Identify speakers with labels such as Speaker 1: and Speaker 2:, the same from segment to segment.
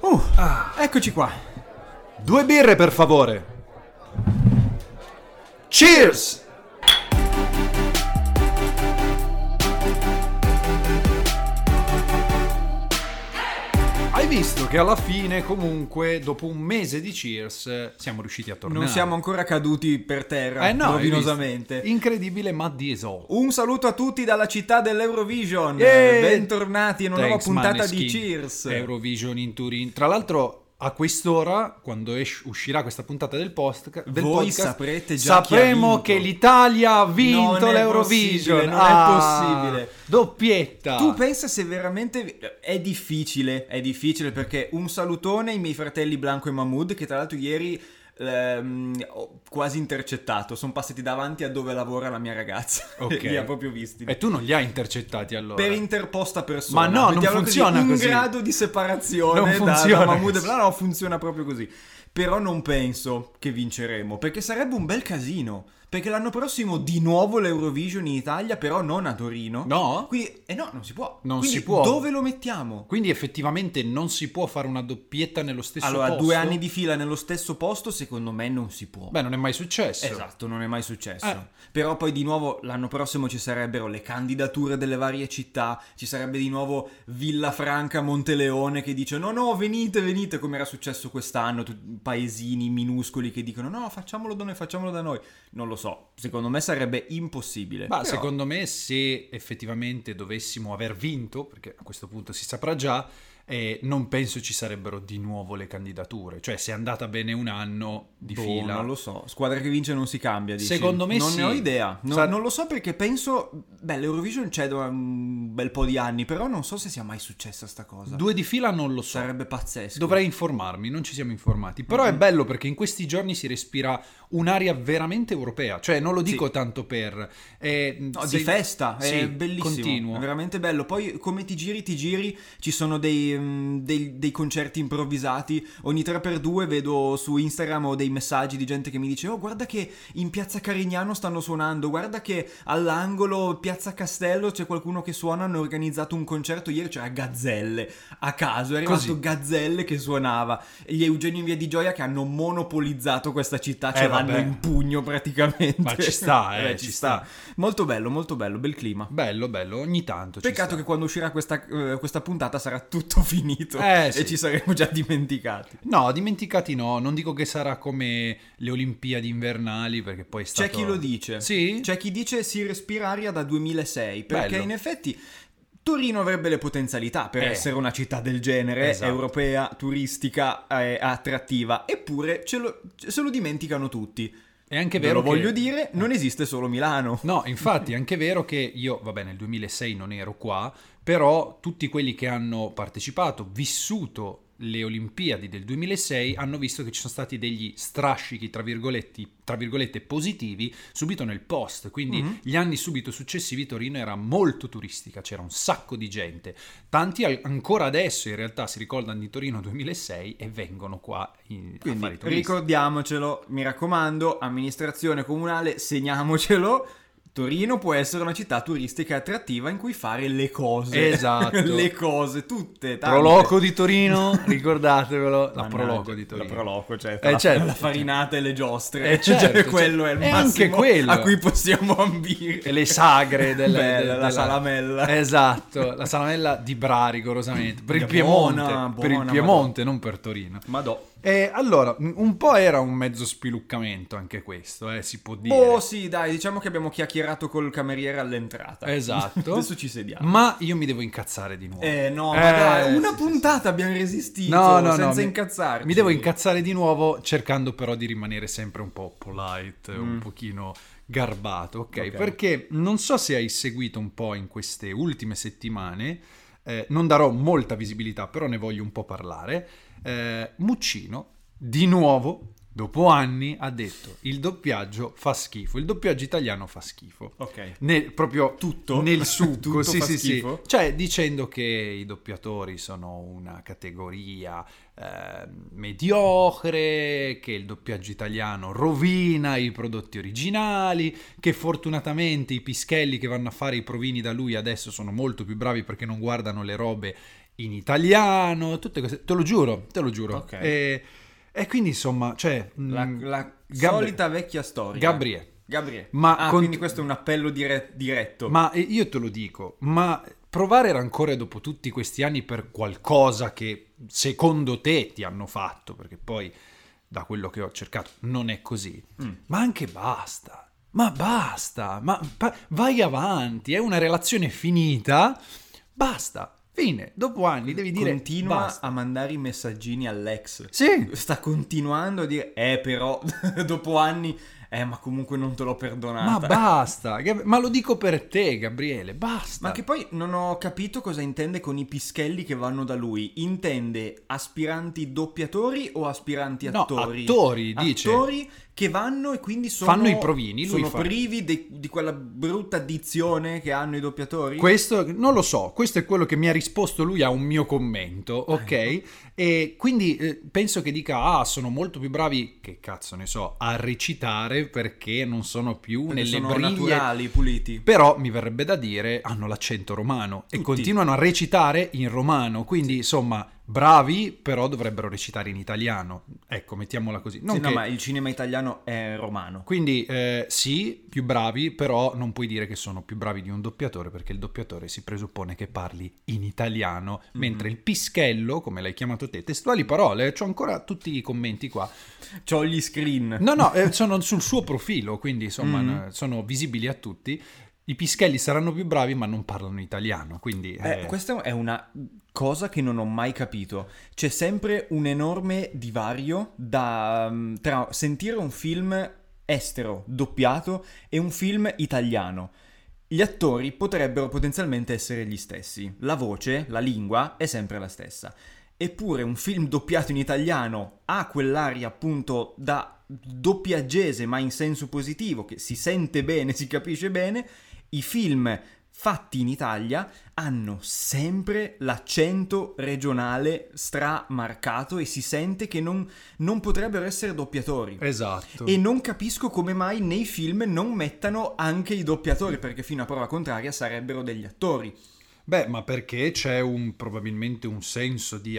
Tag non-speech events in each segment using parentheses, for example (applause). Speaker 1: Uh, eccoci qua.
Speaker 2: Due birre, per favore. Cheers! Hai visto che alla fine, comunque, dopo un mese di Cheers, eh, siamo riusciti a tornare.
Speaker 1: Non siamo ancora caduti per terra,
Speaker 2: Eh no, hai
Speaker 1: rovinosamente.
Speaker 2: visto? Incredibile, ma di esotico.
Speaker 1: Un saluto a tutti dalla città dell'Eurovision.
Speaker 2: Yeee!
Speaker 1: Bentornati in una
Speaker 2: Thanks,
Speaker 1: nuova puntata di
Speaker 2: Maneskin.
Speaker 1: Cheers.
Speaker 2: Eurovision in Turin. Tra l'altro, a quest'ora, quando es- uscirà questa puntata del, post- del
Speaker 1: Voi
Speaker 2: podcast,
Speaker 1: saprete già chi ha
Speaker 2: sapremo
Speaker 1: vinto.
Speaker 2: che l'Italia ha vinto
Speaker 1: Non è
Speaker 2: l'Eurovision. Ah,
Speaker 1: possibile, non è possibile.
Speaker 2: Doppietta.
Speaker 1: Tu pensa se veramente è difficile, è difficile perché un salutone ai miei fratelli Blanco e Mahmood che tra l'altro ieri ehm, ho quasi intercettato, sono passati davanti a dove lavora la mia ragazza. (laughs)
Speaker 2: Ok.
Speaker 1: Li ha proprio visti.
Speaker 2: E tu non li hai intercettati allora.
Speaker 1: per interposta persona.
Speaker 2: Ma no, non
Speaker 1: Mettiamolo così,
Speaker 2: funziona
Speaker 1: un
Speaker 2: così.
Speaker 1: grado di separazione
Speaker 2: Non
Speaker 1: da-
Speaker 2: funziona
Speaker 1: da Mahmood e
Speaker 2: così.
Speaker 1: Blanco, no, funziona proprio così. Però non penso che vinceremo, perché sarebbe un bel casino. Perché l'anno prossimo di nuovo l'Eurovision in Italia, però non a Torino.
Speaker 2: No?
Speaker 1: Quindi, eh no, non si può.
Speaker 2: Non
Speaker 1: Quindi
Speaker 2: si può.
Speaker 1: Dove lo mettiamo?
Speaker 2: Quindi effettivamente non si può fare una doppietta nello stesso
Speaker 1: Allora,
Speaker 2: posto?
Speaker 1: due anni di fila nello stesso posto, secondo me non si può.
Speaker 2: Beh, non è mai successo.
Speaker 1: Esatto, non è mai successo.
Speaker 2: Eh.
Speaker 1: Però poi di nuovo l'anno prossimo ci sarebbero le candidature delle varie città, ci sarebbe di nuovo Villafranca, Monteleone che dice no no venite venite come era successo quest'anno, tu- paesini minuscoli che dicono no facciamolo da noi, facciamolo da noi. Non lo so, secondo me sarebbe impossibile.
Speaker 2: Ma
Speaker 1: Eh, Però-
Speaker 2: secondo me se effettivamente dovessimo aver vinto, perché a questo punto si saprà già, eh, non penso ci sarebbero di nuovo le candidature. Cioè se è andata bene un anno di
Speaker 1: Boh,
Speaker 2: fila.
Speaker 1: Non lo so, squadra che vince non si cambia. Dici?
Speaker 2: Secondo me
Speaker 1: non
Speaker 2: sì.
Speaker 1: ne ho idea. Non,
Speaker 2: Sa-
Speaker 1: non lo so perché penso. Beh, l'Eurovision c'è da un bel po' di anni, però non so se sia mai successa sta cosa.
Speaker 2: Due di fila non lo so.
Speaker 1: Sarebbe pazzesco.
Speaker 2: Dovrei informarmi, non ci siamo informati. Però è
Speaker 1: Mhm.
Speaker 2: bello perché in questi giorni si respira un'aria veramente europea. Cioè non lo dico
Speaker 1: Sì.
Speaker 2: tanto per... eh,
Speaker 1: No,
Speaker 2: se-
Speaker 1: di festa,
Speaker 2: sì,
Speaker 1: è bellissimo,
Speaker 2: Continuo.
Speaker 1: è veramente bello. Poi come ti giri, ti giri, ci sono dei, mm, dei- dei concerti improvvisati, ogni 3x2 vedo su Instagram o dei messaggi di gente che mi dice oh guarda che in piazza Carignano stanno suonando, guarda che all'angolo piazza Castello c'è qualcuno che suona, hanno organizzato un concerto ieri, c'era Gazzelle, a caso, è arrivato
Speaker 2: Così.
Speaker 1: Gazzelle che suonava, e gli Eugenio in Via di Gioia che hanno monopolizzato questa città, ce
Speaker 2: Eh,
Speaker 1: l'hanno
Speaker 2: vabbè.
Speaker 1: in pugno praticamente.
Speaker 2: Ma ci sta, eh,
Speaker 1: Beh,
Speaker 2: ci sta.
Speaker 1: Molto bello, molto bello, bel clima.
Speaker 2: Bello, bello, ogni tanto. ci
Speaker 1: Peccato
Speaker 2: sta.
Speaker 1: che quando uscirà questa, eh, questa puntata sarà tutto (laughs) finito
Speaker 2: Eh, sì.
Speaker 1: e ci saremo già dimenticati.
Speaker 2: No, dimenticati no, non dico che sarà come le Olimpiadi invernali perché poi è stato...
Speaker 1: C'è chi lo dice.
Speaker 2: Sì?
Speaker 1: C'è chi dice si respira aria da 2006, perché
Speaker 2: Bello.
Speaker 1: in effetti Torino avrebbe le potenzialità per
Speaker 2: Eh.
Speaker 1: essere una città del genere,
Speaker 2: Esatto.
Speaker 1: europea, turistica, eh, attrattiva, eppure ce lo- se lo dimenticano tutti.
Speaker 2: È anche
Speaker 1: Ve
Speaker 2: vero che-
Speaker 1: lo
Speaker 2: Eh.
Speaker 1: voglio dire, non esiste solo Milano.
Speaker 2: No, infatti è anche vero che io, vabbè, nel 2006 non ero qua, però tutti quelli che hanno partecipato, vissuto le Olimpiadi del 2006 hanno visto che ci sono stati degli strascichi, tra, virgoletti- tra virgolette, positivi subito nel post, quindi
Speaker 1: Mhm.
Speaker 2: gli anni subito successivi Torino era molto turistica, c'era un sacco di gente, tanti al- ancora adesso in realtà si ricordano di Torino 2006 e vengono qua in, a fare
Speaker 1: Quindi
Speaker 2: i turisti.
Speaker 1: ricordiamocelo, mi raccomando, amministrazione comunale, segniamocelo. Torino può essere una città turistica e attrattiva in cui fare le cose.
Speaker 2: Esatto.
Speaker 1: (laughs) le cose, tutte. tante.
Speaker 2: Proloco di
Speaker 1: (laughs)
Speaker 2: Torino, ricordatevelo, la
Speaker 1: Mannaggia,
Speaker 2: Proloco di Torino.
Speaker 1: La Proloco, cioè,
Speaker 2: Eh,
Speaker 1: la,
Speaker 2: certo.
Speaker 1: la farinata e le giostre.
Speaker 2: Eh,
Speaker 1: (laughs)
Speaker 2: certo,
Speaker 1: Cioè,
Speaker 2: certo.
Speaker 1: quello è il
Speaker 2: E
Speaker 1: massimo
Speaker 2: anche quello.
Speaker 1: a cui possiamo ambire.
Speaker 2: E le
Speaker 1: (laughs)
Speaker 2: sagre delle,
Speaker 1: Bella,
Speaker 2: de-
Speaker 1: la
Speaker 2: della-
Speaker 1: salamella.
Speaker 2: Esatto, la salamella di Bra rigorosamente, per il
Speaker 1: Buona,
Speaker 2: Piemonte,
Speaker 1: buona,
Speaker 2: per il
Speaker 1: madonna.
Speaker 2: Piemonte, non per Torino.
Speaker 1: Madò.
Speaker 2: E allora, un un po' era un mezzo spiluccamento anche questo, eh, si può dire.
Speaker 1: Boh, sì, dai, diciamo che abbiamo chiacchierato col cameriere all'entrata.
Speaker 2: Esatto.
Speaker 1: (laughs) Adesso ci sediamo.
Speaker 2: Ma io mi devo incazzare di nuovo.
Speaker 1: Eh no, ma dai,
Speaker 2: Eh,
Speaker 1: una
Speaker 2: sì, sì,
Speaker 1: puntata abbiamo resistito
Speaker 2: No, no,
Speaker 1: senza
Speaker 2: no, mi-
Speaker 1: incazzarci.
Speaker 2: Mi devo incazzare di nuovo, cercando però di rimanere sempre un po' polite, un
Speaker 1: Mm.
Speaker 2: pochino garbato, ok?
Speaker 1: Ok.
Speaker 2: Perché non so se hai seguito un po' in queste ultime settimane, eh, non darò molta visibilità, però ne voglio un po' parlare. eh, Muccino, di nuovo, dopo anni, ha detto il doppiaggio fa schifo, il doppiaggio italiano fa schifo.
Speaker 1: Ok.
Speaker 2: Nel, proprio
Speaker 1: Tutto? (laughs)
Speaker 2: nel succo,
Speaker 1: Tutto
Speaker 2: sì,
Speaker 1: fa
Speaker 2: sì, sì.
Speaker 1: schifo?
Speaker 2: Cioè, dicendo che i doppiatori sono una categoria eh, mediocre, che il doppiaggio italiano rovina i prodotti originali, che fortunatamente i pischelli che vanno a fare i provini da lui adesso sono molto più bravi perché non guardano le robe in italiano, tutte queste, te lo giuro, te lo giuro.
Speaker 1: Ok.
Speaker 2: E, e quindi insomma, cioè...
Speaker 1: La,
Speaker 2: mh,
Speaker 1: la
Speaker 2: Gabriel.
Speaker 1: solita vecchia storia.
Speaker 2: Gabriele.
Speaker 1: Gabriele.
Speaker 2: Ma
Speaker 1: Ah,
Speaker 2: con-
Speaker 1: quindi questo è un appello dire-
Speaker 2: (laughs)
Speaker 1: diretto.
Speaker 2: Ma eh, io te lo dico, ma provare rancore dopo tutti questi anni per qualcosa che secondo te ti hanno fatto, perché poi da quello che ho cercato non è così,
Speaker 1: Mm.
Speaker 2: ma anche basta. Ma basta, ma pa- vai avanti, è una relazione finita, basta, fine, dopo anni devi dire
Speaker 1: Continua
Speaker 2: basta.
Speaker 1: a mandare i messaggini all'ex.
Speaker 2: Sì,
Speaker 1: Sta continuando a dire, eh però, (laughs) dopo anni, eh ma comunque non te l'ho perdonata.
Speaker 2: ma basta, Gab- ma lo dico per te Gabriele, basta.
Speaker 1: Ma che poi non ho capito cosa intende con i pischelli che vanno da lui. Intende aspiranti doppiatori o aspiranti
Speaker 2: No,
Speaker 1: attori?
Speaker 2: attori, dice.
Speaker 1: Attori che vanno e quindi sono...
Speaker 2: Fanno i provini, lui
Speaker 1: Sono
Speaker 2: fa-
Speaker 1: privi de- di quella brutta dizione che hanno i doppiatori?
Speaker 2: Questo non lo so, questo è quello che mi ha risposto lui a un mio commento,
Speaker 1: Ah,
Speaker 2: ok?
Speaker 1: ecco.
Speaker 2: E quindi eh, penso che dica, ah, sono molto più bravi, che cazzo ne so, a recitare perché non sono più
Speaker 1: Perché
Speaker 2: nelle
Speaker 1: sono
Speaker 2: briglie.
Speaker 1: naturali, puliti.
Speaker 2: Però mi verrebbe da dire, hanno l'accento romano e
Speaker 1: Tutti.
Speaker 2: continuano a recitare in romano, quindi insomma, bravi, però dovrebbero recitare in italiano. Ecco, mettiamola così. Non
Speaker 1: Sì,
Speaker 2: che-
Speaker 1: no, ma il cinema italiano è romano.
Speaker 2: Quindi eh, sì, più bravi, però non puoi dire che sono più bravi di un doppiatore perché il doppiatore si presuppone che parli in italiano,
Speaker 1: Mhm.
Speaker 2: mentre il pischello, come l'hai chiamato te, testuali parole, ho ancora tutti i commenti qua.
Speaker 1: C'ho gli screen.
Speaker 2: No, no, eh, sono sul suo profilo, quindi insomma
Speaker 1: Mhm.
Speaker 2: n- sono visibili a tutti. I pischelli saranno più bravi ma non parlano italiano, quindi...
Speaker 1: Eh,
Speaker 2: eh,
Speaker 1: questa è una cosa che non ho mai capito. C'è sempre un enorme divario da, mm, tra sentire un film estero doppiato e un film italiano. Gli attori potrebbero potenzialmente essere gli stessi, la voce, la lingua è sempre la stessa. Eppure un film doppiato in italiano ha quell'aria appunto da doppiaggese ma in senso positivo, che si sente bene, (laughs) si capisce bene, i film fatti in Italia hanno sempre l'accento regionale stramarcato e si sente che non, non potrebbero essere doppiatori.
Speaker 2: Esatto.
Speaker 1: E non capisco come mai nei film non mettano anche i doppiatori, perché fino a prova contraria sarebbero degli attori.
Speaker 2: Beh, ma perché c'è un, probabilmente un senso di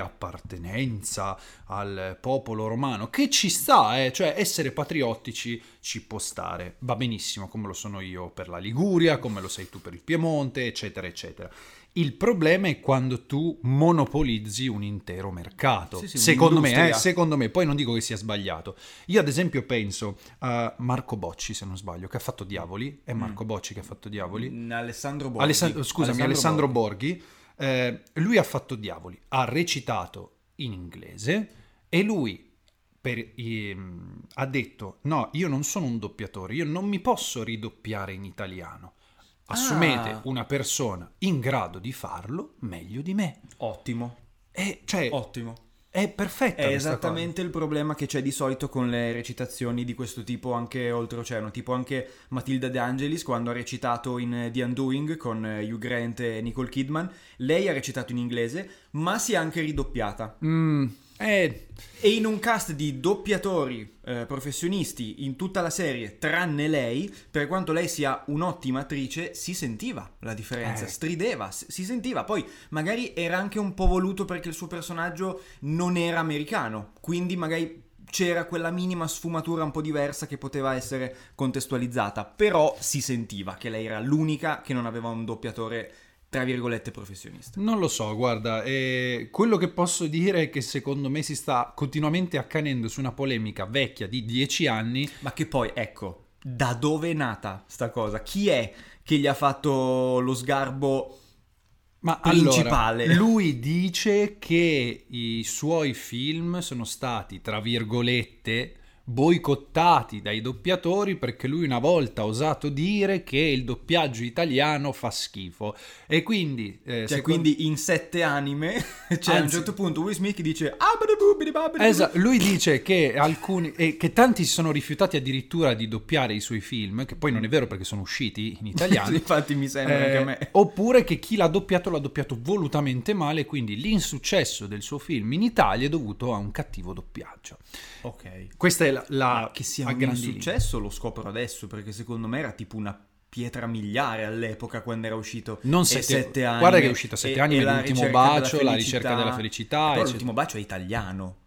Speaker 2: appartenenza al popolo romano, che ci sta, eh, cioè essere patriottici ci può stare, va benissimo, come lo sono io per la Liguria, come lo sei tu per il Piemonte, eccetera, eccetera. Il problema è quando tu monopolizzi un intero mercato.
Speaker 1: Sì, sì,
Speaker 2: secondo me, eh,
Speaker 1: un'industria.
Speaker 2: secondo me, poi non dico che sia sbagliato. Io ad esempio penso a Marco Bocci, se non sbaglio, che ha fatto Diavoli, è Marco
Speaker 1: Mm.
Speaker 2: Bocci che ha fatto Diavoli.
Speaker 1: Mm, Alessandro Borghi.
Speaker 2: Alessandro, scusami, Alessandro, Borghi, eh, lui ha fatto Diavoli, ha recitato in inglese e lui per- ehm, ha detto no, io non sono un doppiatore, io non mi posso ridoppiare in italiano. Assumete
Speaker 1: Ah.
Speaker 2: una persona in grado di farlo meglio di me.
Speaker 1: Ottimo,
Speaker 2: E, cioè,
Speaker 1: ottimo.
Speaker 2: è perfetta
Speaker 1: Eh, Oh. È
Speaker 2: questa cosa.
Speaker 1: esattamente il problema che c'è di solito con le recitazioni di questo tipo anche oltreoceano, tipo anche Matilda De Angelis quando ha recitato in eh, The Undoing con eh, Hugh Grant e Nicole Kidman, lei ha recitato in inglese ma si è anche ridoppiata
Speaker 2: Mm, eh,
Speaker 1: e in un cast di doppiatori eh, professionisti in tutta la serie tranne lei, per quanto lei sia un'ottima attrice, si sentiva la differenza,
Speaker 2: Eh.
Speaker 1: strideva, s- si sentiva, poi magari era anche un po' voluto perché il suo personaggio non era americano, quindi magari c'era quella minima sfumatura un po' diversa che poteva essere contestualizzata, però si sentiva che lei era l'unica che non aveva un doppiatore tra virgolette professionista.
Speaker 2: Non lo so, guarda, eh, quello che posso dire è che secondo me si sta continuamente accanendo su una polemica vecchia di dieci anni.
Speaker 1: Ma che poi, ecco, da dove è nata sta cosa? Chi è che gli ha fatto lo sgarbo?
Speaker 2: Ma
Speaker 1: Principale.
Speaker 2: allora, lui dice che i suoi film sono stati, tra virgolette, boicottati dai doppiatori perché lui una volta ha osato dire che il doppiaggio italiano fa schifo. E quindi... eh,
Speaker 1: Cioè,
Speaker 2: secondo-
Speaker 1: quindi in sette anime (laughs) c'è a un
Speaker 2: Anzi-
Speaker 1: certo punto Will Smith che dice "Ah, "Abadabubidibabidi". (laughs)
Speaker 2: Esa- lui dice che alcuni e che tanti si sono rifiutati addirittura di doppiare i suoi film, che poi non è vero perché sono usciti in italiano.
Speaker 1: (laughs) Infatti mi sembra anche a
Speaker 2: eh,
Speaker 1: me.
Speaker 2: oppure che chi l'ha doppiato l'ha doppiato volutamente male, quindi l'insuccesso del suo film in Italia è dovuto a un cattivo doppiaggio.
Speaker 1: Ok.
Speaker 2: Questa è la, la
Speaker 1: che sia
Speaker 2: Ah, a
Speaker 1: un
Speaker 2: grandi linee.
Speaker 1: successo lo scopro adesso perché secondo me era tipo una pietra miliare all'epoca quando era uscito.
Speaker 2: Non
Speaker 1: E
Speaker 2: sette,
Speaker 1: sette anni.
Speaker 2: Guarda che è uscito a
Speaker 1: E-
Speaker 2: sette
Speaker 1: e
Speaker 2: anni,
Speaker 1: la
Speaker 2: l'ultimo
Speaker 1: ricerca della
Speaker 2: bacio, la
Speaker 1: felicità.
Speaker 2: ricerca della
Speaker 1: Però
Speaker 2: felicità. eccetera.
Speaker 1: l'ultimo bacio è italiano.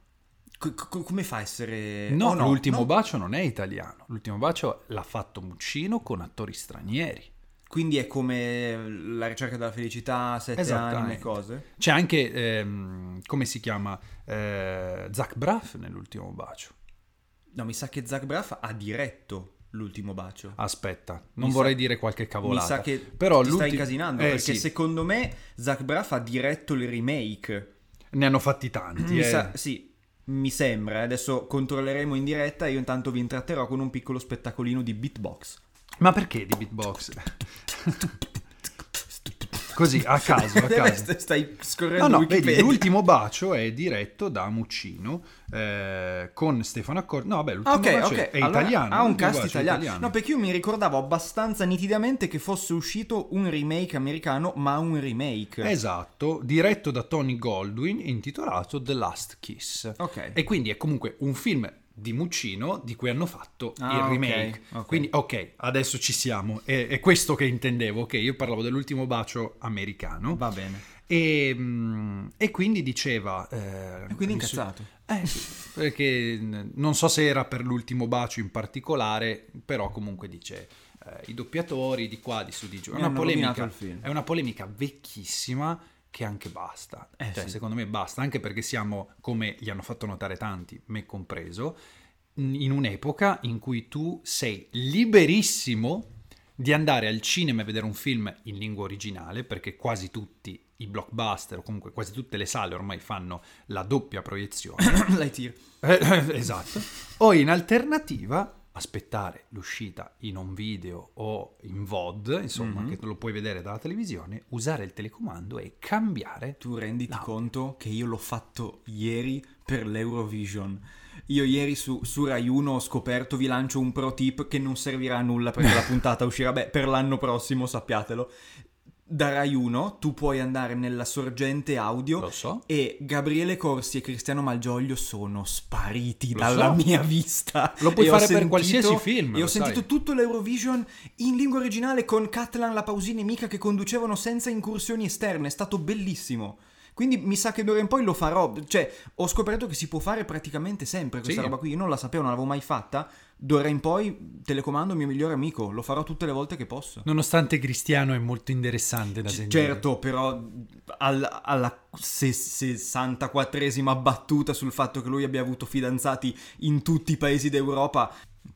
Speaker 1: Co- co- come fa a essere...
Speaker 2: No,
Speaker 1: oh,
Speaker 2: l'ultimo
Speaker 1: no?
Speaker 2: bacio non è italiano. L'ultimo bacio l'ha fatto Muccino con attori stranieri.
Speaker 1: Quindi è come la ricerca della felicità, sette anni e
Speaker 2: Esattamente.
Speaker 1: cose.
Speaker 2: C'è anche, ehm, come si chiama, eh, Zach Braff nell'ultimo bacio.
Speaker 1: No, mi sa che Zach Braff ha diretto l'ultimo bacio.
Speaker 2: Aspetta, non
Speaker 1: Mi sa-
Speaker 2: vorrei dire qualche cavolata.
Speaker 1: Mi sa che
Speaker 2: Però
Speaker 1: ti stai
Speaker 2: l'ulti-
Speaker 1: incasinando,
Speaker 2: Eh,
Speaker 1: perché
Speaker 2: sì,
Speaker 1: secondo me Zach Braff ha diretto il remake.
Speaker 2: (clears throat) ne hanno fatti tanti.
Speaker 1: Mi
Speaker 2: eh.
Speaker 1: sa- sì, mi sembra. eh. Adesso controlleremo in diretta. Io intanto vi intratterò con un piccolo spettacolino di beatbox.
Speaker 2: Ma perché di beatbox? (laughs) Così, a
Speaker 1: (laughs)
Speaker 2: caso, a caso.
Speaker 1: Stai scorrendo
Speaker 2: No, no,
Speaker 1: Wikipedia.
Speaker 2: vedi, l'ultimo bacio è diretto da Muccino eh, con Stefano Accordi. No, vabbè,
Speaker 1: Ah,
Speaker 2: l'ultimo
Speaker 1: ok,
Speaker 2: bacio
Speaker 1: ok.
Speaker 2: è
Speaker 1: Allora,
Speaker 2: italiano. cioè,
Speaker 1: Ha un
Speaker 2: l'ultimo
Speaker 1: cast
Speaker 2: bacio è
Speaker 1: italiano. No, perché io mi ricordavo abbastanza nitidamente che fosse uscito un remake americano, ma un remake.
Speaker 2: Esatto, diretto da Tony Goldwyn, intitolato The Last Kiss.
Speaker 1: Ok.
Speaker 2: E quindi è comunque un film di Muccino di cui hanno fatto
Speaker 1: Ah,
Speaker 2: il
Speaker 1: ok,
Speaker 2: remake.
Speaker 1: ok.
Speaker 2: Quindi, ok, adesso ci siamo. È, è questo che intendevo, ok? Io parlavo dell'ultimo bacio americano.
Speaker 1: Va bene.
Speaker 2: E, mm, e quindi diceva... eh,
Speaker 1: E quindi
Speaker 2: risu-
Speaker 1: incazzato.
Speaker 2: Eh sì, perché mm, non so se era per l'ultimo bacio in particolare, però comunque dice eh, i doppiatori di qua, di su, di giù. È
Speaker 1: Mi
Speaker 2: una
Speaker 1: hanno rovinato
Speaker 2: polemica,
Speaker 1: il film.
Speaker 2: è una polemica vecchissima che anche basta.
Speaker 1: Eh,
Speaker 2: cioè,
Speaker 1: sì.
Speaker 2: secondo me basta, anche perché siamo, come gli hanno fatto notare tanti, me compreso, n- in un'epoca in cui tu sei liberissimo di andare al cinema e vedere un film in lingua originale, perché quasi tutti i blockbuster o comunque quasi tutte le sale ormai fanno la doppia proiezione.
Speaker 1: (coughs) Lightyear.
Speaker 2: Eh, eh, (laughs) esatto. O in alternativa aspettare l'uscita in on video o in VOD, insomma,
Speaker 1: Mhm.
Speaker 2: che lo puoi vedere dalla televisione, usare il telecomando e cambiare.
Speaker 1: Tu renditi
Speaker 2: No.
Speaker 1: conto che io l'ho fatto ieri per l'Eurovision. Io ieri su, su Rai 1 ho scoperto, vi lancio un pro tip che non servirà a nulla perché
Speaker 2: (laughs)
Speaker 1: la puntata uscirà, beh, per l'anno prossimo, sappiatelo. Da Rai 1 tu puoi andare nella sorgente audio
Speaker 2: Lo so.
Speaker 1: e Gabriele Corsi e Cristiano Malgioglio sono spariti
Speaker 2: Lo
Speaker 1: dalla
Speaker 2: so.
Speaker 1: mia vista.
Speaker 2: Lo puoi
Speaker 1: E ho
Speaker 2: fare per qualsiasi film,
Speaker 1: E ho
Speaker 2: lo sai.
Speaker 1: sentito tutto l'Eurovision in lingua originale con Catalan, la Pausini e Mica che conducevano senza incursioni esterne. È stato bellissimo. Quindi mi sa che d'ora in poi lo farò. Cioè, ho scoperto che si può fare praticamente sempre questa
Speaker 2: Sì.
Speaker 1: roba qui. Io non la sapevo, non l'avevo mai fatta. D'ora in poi, telecomando mio migliore amico. Lo farò tutte le volte che posso.
Speaker 2: Nonostante Cristiano è molto interessante da
Speaker 1: C-
Speaker 2: sentire.
Speaker 1: Certo, però al- alla se- 64esima battuta sul fatto che lui abbia avuto fidanzati in tutti i paesi d'Europa,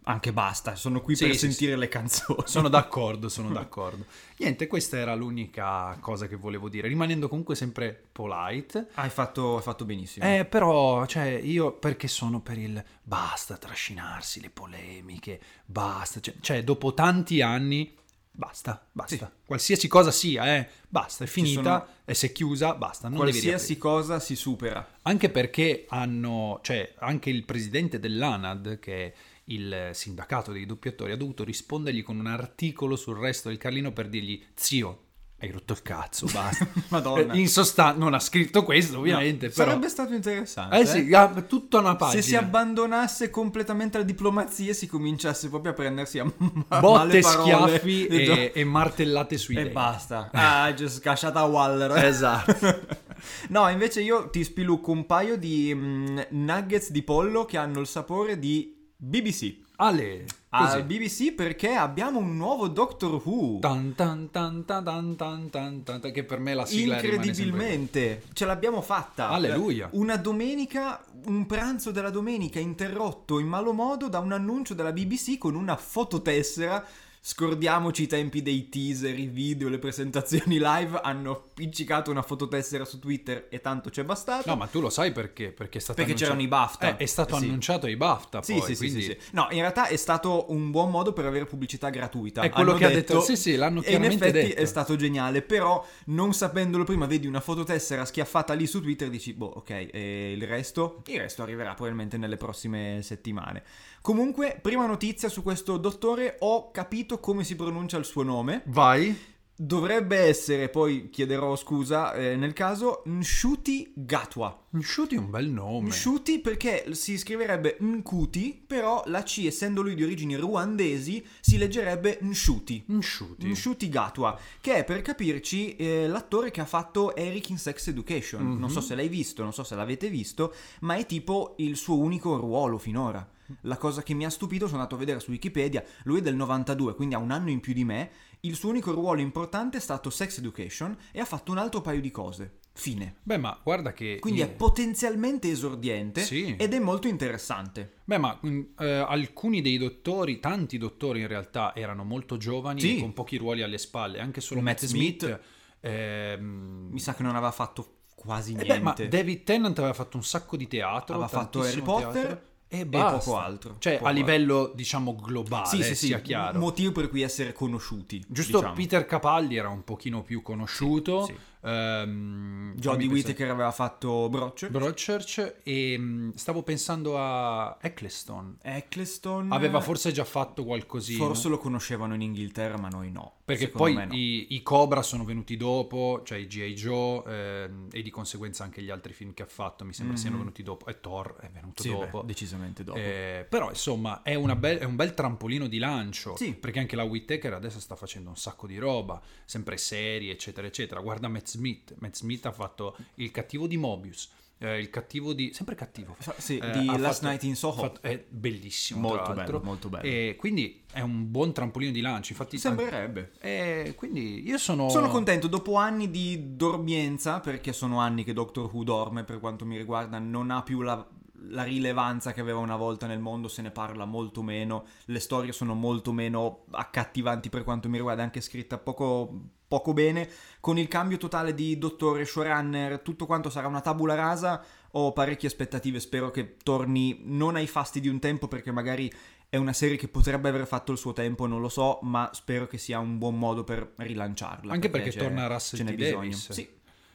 Speaker 1: anche basta, sono qui
Speaker 2: Sì,
Speaker 1: per
Speaker 2: sì,
Speaker 1: sentire le canzoni.
Speaker 2: (laughs) Sono d'accordo, sono d'accordo. Niente, questa era l'unica cosa che volevo dire, rimanendo comunque sempre polite.
Speaker 1: (laughs) Hai fatto, hai fatto benissimo.
Speaker 2: Eh, però, cioè, io perché sono per il basta trascinarsi le polemiche, basta, cioè, cioè, dopo tanti anni, basta, basta.
Speaker 1: Sì.
Speaker 2: Qualsiasi cosa sia, eh, basta, è
Speaker 1: Ci
Speaker 2: finita, e se è chiusa, basta, non devi
Speaker 1: Qualsiasi
Speaker 2: riaprire.
Speaker 1: cosa si supera.
Speaker 2: Anche perché hanno, cioè, anche il presidente dell'ANAD, che è il sindacato dei doppiatori, ha dovuto rispondergli con un articolo sul resto del Carlino per dirgli, zio, hai rotto il cazzo, basta.
Speaker 1: (laughs) Madonna.
Speaker 2: Eh, In sostanza, non ha scritto questo, ovviamente,
Speaker 1: No,
Speaker 2: però...
Speaker 1: Sarebbe stato interessante.
Speaker 2: Eh sì, ah, tutta una
Speaker 1: Se
Speaker 2: pagina.
Speaker 1: si abbandonasse completamente la diplomazia e si cominciasse proprio a prendersi a (laughs) ma- male
Speaker 2: Botte,
Speaker 1: parole
Speaker 2: schiaffi
Speaker 1: e,
Speaker 2: e, e martellate sui
Speaker 1: e
Speaker 2: denti.
Speaker 1: basta. Ah, just scasciata Waller.
Speaker 2: (laughs) Esatto.
Speaker 1: (laughs) No, invece io ti spilucco un paio di mm, nuggets di pollo che hanno il sapore di BBC.
Speaker 2: Ale, così.
Speaker 1: Al BBC perché abbiamo un nuovo Doctor Who.
Speaker 2: Tan, tan, tan, tan, tan, tan, tan, tan, tan, che per me la sigla rimane sempre
Speaker 1: Incredibilmente, ce l'abbiamo fatta.
Speaker 2: Alleluia.
Speaker 1: Una domenica, un pranzo della domenica interrotto in malo modo da un annuncio della BBC con una fototessera. Scordiamoci i tempi dei teaser, i video, le presentazioni (laughs) live. Hanno appiccicato una fototessera su Twitter e tanto ci è bastato.
Speaker 2: No, ma tu lo sai perché? Perché, è stato
Speaker 1: Perché
Speaker 2: annunciato-
Speaker 1: c'erano i BAFTA.
Speaker 2: Eh, è stato
Speaker 1: Eh, sì.
Speaker 2: annunciato ai BAFTA
Speaker 1: Sì,
Speaker 2: poi,
Speaker 1: sì, sì,
Speaker 2: quindi-
Speaker 1: sì, sì. No, in realtà è stato un buon modo per avere pubblicità gratuita.
Speaker 2: È quello
Speaker 1: Hanno
Speaker 2: che ha detto- sì, sì, l'hanno
Speaker 1: E in
Speaker 2: chiaramente
Speaker 1: effetti
Speaker 2: detto.
Speaker 1: è stato geniale, però non sapendolo prima vedi una fototessera schiaffata lì su Twitter e dici, boh, ok, e il resto? Il resto arriverà probabilmente nelle prossime settimane. Comunque, prima notizia su questo dottore, ho capito come si pronuncia il suo nome.
Speaker 2: Vai.
Speaker 1: Dovrebbe essere, poi chiederò scusa eh, nel caso, Nshuti Gatwa.
Speaker 2: Nshuti è un bel nome.
Speaker 1: Nshuti perché si scriverebbe Nkuti, però la C, essendo lui di origini ruandesi, si leggerebbe Nshuti.
Speaker 2: Nshuti.
Speaker 1: Nshuti Gatwa, che è per capirci eh, l'attore che ha fatto Eric in Sex Education.
Speaker 2: Mhm.
Speaker 1: Non so se l'hai visto, non so se l'avete visto, ma è tipo il suo unico ruolo finora. La cosa che mi ha stupito, sono andato a vedere su Wikipedia, lui è del 92, quindi ha un anno in più di me. Il suo unico ruolo importante è stato Sex Education e ha fatto un altro paio di cose. Fine.
Speaker 2: Beh, ma guarda che...
Speaker 1: Quindi è potenzialmente esordiente
Speaker 2: Sì.
Speaker 1: ed è molto interessante.
Speaker 2: Beh, ma mm, eh, alcuni dei dottori, tanti dottori in realtà, erano molto giovani
Speaker 1: Sì.
Speaker 2: e con pochi ruoli alle spalle. Anche solo
Speaker 1: Matt
Speaker 2: Matt, Smith...
Speaker 1: Smith.
Speaker 2: ehm,
Speaker 1: Mi sa che non aveva fatto quasi
Speaker 2: eh
Speaker 1: niente.
Speaker 2: beh, ma David Tennant aveva fatto un sacco di teatro,
Speaker 1: Aveva fatto Harry
Speaker 2: tantissimo
Speaker 1: Potter
Speaker 2: teatro, e,
Speaker 1: e
Speaker 2: basta.
Speaker 1: poco altro.
Speaker 2: Cioè,
Speaker 1: Poco
Speaker 2: a livello, diciamo, globale,
Speaker 1: sì, sì,
Speaker 2: sia
Speaker 1: sì,
Speaker 2: chiaro.
Speaker 1: motivo per cui essere conosciuti.
Speaker 2: Giusto
Speaker 1: diciamo.
Speaker 2: Peter Capaldi era un pochino più conosciuto.
Speaker 1: Sì, sì.
Speaker 2: ehm,
Speaker 1: Jodie
Speaker 2: fammi pensare-
Speaker 1: Whittaker aveva fatto Brocher.
Speaker 2: Broadchurch e mm, stavo pensando a Eccleston.
Speaker 1: Eccleston.
Speaker 2: Aveva forse già fatto qualcosina.
Speaker 1: Mm. Forse lo conoscevano in Inghilterra, ma noi no.
Speaker 2: Perché
Speaker 1: Secondo
Speaker 2: poi
Speaker 1: me no.
Speaker 2: i, i Cobra sono venuti dopo, cioè i G.I. Joe ehm, e di conseguenza anche gli altri film che ha fatto mi sembra siano
Speaker 1: Mhm.
Speaker 2: venuti dopo. E Thor è venuto
Speaker 1: Sì, beh,
Speaker 2: dopo.
Speaker 1: decisamente dopo.
Speaker 2: Eh, però insomma è, una bel- è un bel trampolino di lancio
Speaker 1: Sì.
Speaker 2: perché anche la Whittaker adesso sta facendo un sacco di roba sempre serie eccetera eccetera guarda Matt Smith Matt Smith ha fatto il cattivo di Mobius eh, il cattivo di sempre cattivo
Speaker 1: Fa- sì,
Speaker 2: Eh,
Speaker 1: di
Speaker 2: ha
Speaker 1: Last
Speaker 2: fatto-
Speaker 1: Night in Soho.
Speaker 2: fatto- è bellissimo tra
Speaker 1: molto
Speaker 2: l'altro
Speaker 1: bello, molto bello.
Speaker 2: e quindi è un buon trampolino di lancio infatti
Speaker 1: Ti sembrerebbe.
Speaker 2: eh, quindi io sono
Speaker 1: Sono contento, dopo anni di dormienza, perché sono anni che Doctor Who dorme per quanto mi riguarda, non ha più la, la rilevanza che aveva una volta nel mondo, se ne parla molto meno, le storie sono molto meno accattivanti per quanto mi riguarda, anche scritta poco, poco bene, con il cambio totale di dottore, showrunner, tutto quanto sarà una tabula rasa, ho parecchie aspettative, spero che torni non ai fasti di un tempo perché magari è una serie che potrebbe aver fatto il suo tempo, non lo so, ma spero che sia un buon modo per rilanciarla.
Speaker 2: anche perché,
Speaker 1: c'è-
Speaker 2: torna Russell
Speaker 1: ce n'è
Speaker 2: T. Davis
Speaker 1: bisogno. Sì.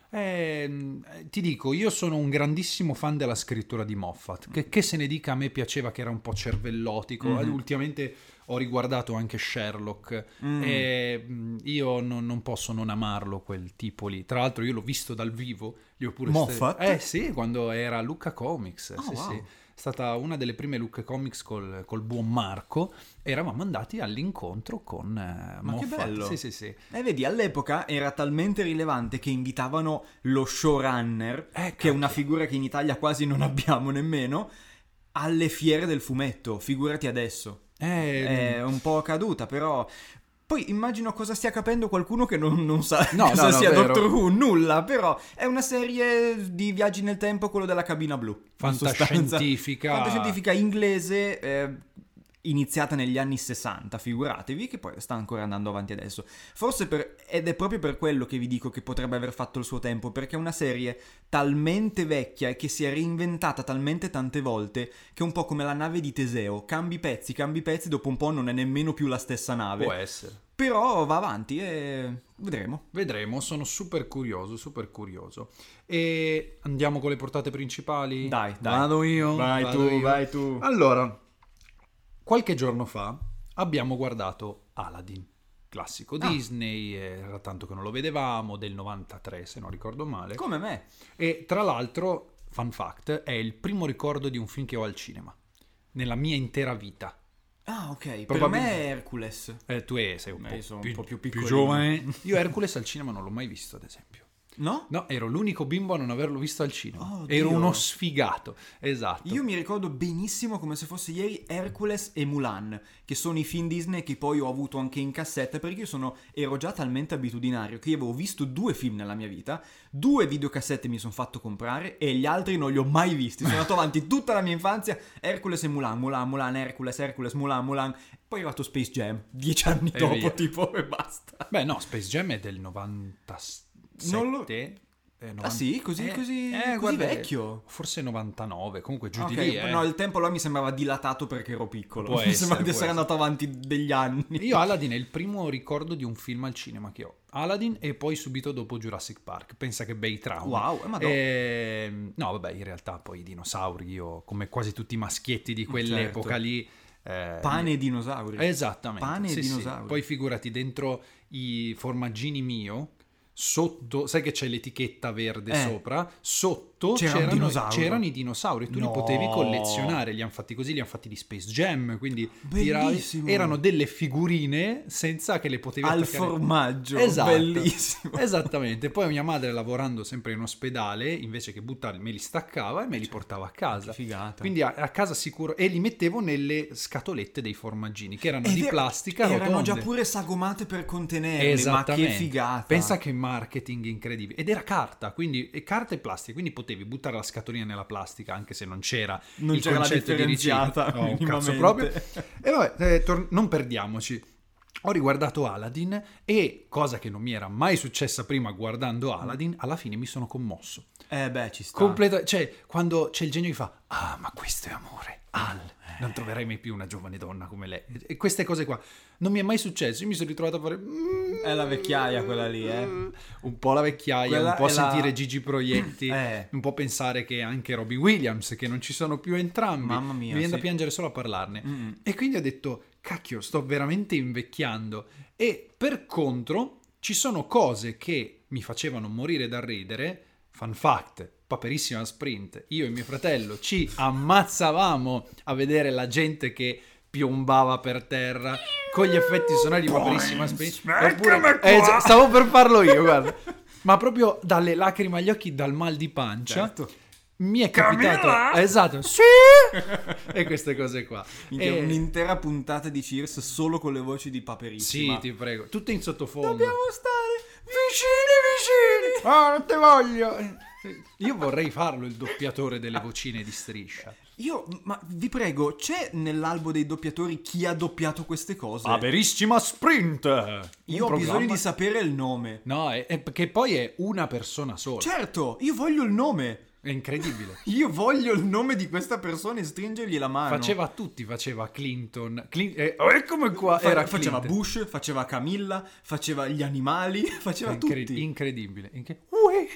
Speaker 2: Ehm, eh, ti dico, io sono un grandissimo fan della scrittura di Moffat.
Speaker 1: Mm.
Speaker 2: Che, che se ne dica, a me piaceva che era un po' cervellotico.
Speaker 1: Mhm.
Speaker 2: Eh, Ultimamente ho riguardato anche Sherlock.
Speaker 1: Mm.
Speaker 2: E mm, io non, non posso non amarlo quel tipo lì. Tra l'altro, io l'ho visto dal vivo. Gli ho pure
Speaker 1: Moffat?
Speaker 2: Eh sì, quando era a Lucca Comics.
Speaker 1: Ah,
Speaker 2: sì,
Speaker 1: wow.
Speaker 2: sì. È stata una delle prime Lucca Comics col, col buon Marco. Eravamo andati all'incontro con eh,
Speaker 1: Ma che
Speaker 2: Moffat.
Speaker 1: bello.
Speaker 2: Sì, sì, sì.
Speaker 1: E vedi, all'epoca era talmente rilevante che invitavano lo showrunner,
Speaker 2: Eh,
Speaker 1: che è una
Speaker 2: cacchio.
Speaker 1: figura che in Italia quasi non abbiamo nemmeno, alle fiere del fumetto, figurati adesso.
Speaker 2: Eh,
Speaker 1: È un po' caduta, però... Poi immagino cosa stia capendo qualcuno che non, non sa
Speaker 2: No,
Speaker 1: cosa
Speaker 2: no, no,
Speaker 1: sia
Speaker 2: vero.
Speaker 1: Doctor Who, nulla, però è una serie di viaggi nel tempo, quello della cabina blu. in sostanza.
Speaker 2: fantascientifica.
Speaker 1: Fantascientifica inglese eh, iniziata negli anni 60, figuratevi, che poi sta ancora andando avanti adesso. Forse per, ed è proprio per quello che vi dico che potrebbe aver fatto il suo tempo, perché è una serie talmente vecchia e che si è reinventata talmente tante volte che è un po' come la nave di Teseo, cambi pezzi, cambi pezzi, dopo un po' non è nemmeno più la stessa nave.
Speaker 2: Può essere.
Speaker 1: Però va avanti e vedremo.
Speaker 2: Vedremo, sono super curioso, super curioso. E andiamo con le portate principali?
Speaker 1: Dai, dai.
Speaker 2: Vado io. vado io.
Speaker 1: tu.
Speaker 2: Allora, qualche giorno fa abbiamo guardato Aladdin, classico
Speaker 1: Ah.
Speaker 2: Disney, era tanto che non lo vedevamo, del 93 se non ricordo male.
Speaker 1: Come me.
Speaker 2: E tra l'altro, fun fact, è il primo ricordo di un film che ho al cinema, nella mia intera vita.
Speaker 1: Ah, ok. Per me
Speaker 2: Probabilmente-
Speaker 1: è Hercules.
Speaker 2: Eh, tu eh, sei un,
Speaker 1: Eh,
Speaker 2: po,
Speaker 1: io sono un
Speaker 2: più,
Speaker 1: po' più
Speaker 2: più
Speaker 1: piccolino.
Speaker 2: giovane. Io Hercules al cinema non l'ho mai visto, ad esempio.
Speaker 1: No?
Speaker 2: No, ero l'unico bimbo a non averlo visto al cinema.
Speaker 1: Oh,
Speaker 2: ero
Speaker 1: Dio.
Speaker 2: uno sfigato. Esatto.
Speaker 1: Io mi ricordo benissimo come se fosse ieri Hercules e Mulan, che sono i film Disney che poi ho avuto anche in cassetta, perché io sono, ero già talmente abitudinario che io avevo visto due film nella mia vita, due videocassette mi sono fatto comprare e gli altri non li ho mai visti. Sono andato avanti tutta la mia infanzia, Hercules e Mulan, Mulan, Mulan, Hercules, Hercules, Mulan, Mulan. Poi è arrivato Space Jam, dieci anni
Speaker 2: E
Speaker 1: dopo
Speaker 2: via.
Speaker 1: tipo e basta.
Speaker 2: Beh, no, Space Jam è del 97.
Speaker 1: Non lo-
Speaker 2: eh,
Speaker 1: Ah
Speaker 2: 90
Speaker 1: sì, così,
Speaker 2: Eh,
Speaker 1: così,
Speaker 2: eh,
Speaker 1: così
Speaker 2: guarda,
Speaker 1: vecchio. Ah,
Speaker 2: Forse 99, comunque giù
Speaker 1: Ok,
Speaker 2: di lì. eh.
Speaker 1: no, il tempo là mi sembrava dilatato perché ero piccolo.
Speaker 2: Può
Speaker 1: (laughs) mi sembrava
Speaker 2: essere,
Speaker 1: di
Speaker 2: può
Speaker 1: essere
Speaker 2: essere.
Speaker 1: andato avanti degli anni.
Speaker 2: Io Aladdin è il primo ricordo di un film al cinema che ho. Aladdin e poi subito dopo Jurassic Park. Pensa che bei traumi.
Speaker 1: Wow, eh, madò.
Speaker 2: Ehm, no, vabbè, in realtà poi i dinosauri, io come quasi tutti i maschietti di quell'epoca
Speaker 1: Certo.
Speaker 2: lì, eh,
Speaker 1: Pane e dinosauri.
Speaker 2: Esatto, Esattamente.
Speaker 1: Pane e
Speaker 2: sì, sì.
Speaker 1: dinosauri.
Speaker 2: Poi figurati dentro i formaggini mio. Sotto, sai che c'è l'etichetta verde
Speaker 1: Eh.
Speaker 2: sopra? Sotto
Speaker 1: C'era un
Speaker 2: c'erano,
Speaker 1: dinosauro.
Speaker 2: c'erano i dinosauri, tu
Speaker 1: No.
Speaker 2: li potevi collezionare, li hanno fatti così, li hanno fatti di Space Jam, quindi tiravi-
Speaker 1: Bellissimo.
Speaker 2: erano delle figurine senza che le potevi
Speaker 1: Al
Speaker 2: attaccare.
Speaker 1: formaggio.
Speaker 2: Esatto.
Speaker 1: Bellissimo.
Speaker 2: Esattamente, poi mia madre lavorando sempre in ospedale, invece che buttarli me li staccava e me
Speaker 1: Certo.
Speaker 2: li portava a
Speaker 1: Che
Speaker 2: casa.
Speaker 1: figata.
Speaker 2: Quindi a, a casa sicuro e li mettevo nelle scatolette dei formaggini che erano
Speaker 1: È
Speaker 2: di
Speaker 1: vero,
Speaker 2: plastica
Speaker 1: Erano
Speaker 2: rotonde.
Speaker 1: già pure sagomate per contenerli, ma
Speaker 2: Esattamente.
Speaker 1: che figata.
Speaker 2: Pensa che marketing incredibile. Ed era carta, quindi e carta e plastica, quindi potevi buttare la scatolina nella plastica anche se non c'era
Speaker 1: non
Speaker 2: il
Speaker 1: c'era la
Speaker 2: concetto di
Speaker 1: differenziata
Speaker 2: riciclo. No, un cazzo
Speaker 1: minimamente.
Speaker 2: proprio. E vabbè, eh, tor- non perdiamoci. Ho riguardato Aladdin e, cosa che non mi era mai successa prima guardando Aladdin, alla fine mi sono commosso.
Speaker 1: (laughs) Eh beh, ci sta.
Speaker 2: Completa- cioè, quando c'è il genio che fa, ah, ma questo è amore, Al,
Speaker 1: Eh.
Speaker 2: non troverai mai più una giovane donna come lei. E queste cose qua non mi è mai successo, io mi sono ritrovato a fare... "Mm,
Speaker 1: È la vecchiaia quella lì, eh.
Speaker 2: Un po' la vecchiaia,
Speaker 1: Quella
Speaker 2: un po'
Speaker 1: è la-
Speaker 2: sentire Gigi Proietti,
Speaker 1: (laughs) (coughs) Eh.
Speaker 2: un po' pensare che anche Robbie Williams, che non ci sono più entrambi.
Speaker 1: Mamma mia,
Speaker 2: Mi viene da
Speaker 1: sì.
Speaker 2: piangere solo a parlarne.
Speaker 1: Mm.
Speaker 2: E quindi ho detto, cacchio, sto veramente invecchiando. E per contro, ci sono cose che mi facevano morire dal ridere. Fun fact, paperissima sprint. Io e mio fratello ci ammazzavamo a vedere la gente che piombava per terra con gli effetti sonori di paperissima sprint. Oppure, Eh, già, stavo per farlo io, guarda. Ma proprio dalle lacrime agli occhi, dal mal di pancia.
Speaker 1: Certo.
Speaker 2: Mi è capitato, esatto, sì, (laughs) e queste cose qua.
Speaker 1: Minchia,
Speaker 2: E-
Speaker 1: Un'intera puntata di Cheers solo con le voci di
Speaker 2: sì,
Speaker 1: Paperissima.
Speaker 2: ti prego. Tutte in sottofondo.
Speaker 1: Dobbiamo stare vicini, vicini.
Speaker 2: Ah, non te voglio. Io vorrei farlo il doppiatore delle vocine di striscia.
Speaker 1: Io, ma vi prego, c'è nell'albo dei doppiatori chi ha doppiato queste cose?
Speaker 2: Averissima sprint.
Speaker 1: Io ho bisogno di sapere il nome.
Speaker 2: No, è, è- che poi è una persona sola.
Speaker 1: Certo, io voglio il nome.
Speaker 2: È incredibile.
Speaker 1: Io voglio il nome di questa persona e stringergli la mano.
Speaker 2: Faceva a tutti, faceva Clinton. Clin- eh, Ah, oh, eccomi qua.
Speaker 1: Fa-
Speaker 2: Era
Speaker 1: faceva
Speaker 2: Clinton.
Speaker 1: Bush, faceva Camilla, faceva gli animali, (laughs) faceva
Speaker 2: Incre-
Speaker 1: tutti.
Speaker 2: Incredibile. Inche- (laughs) Uè,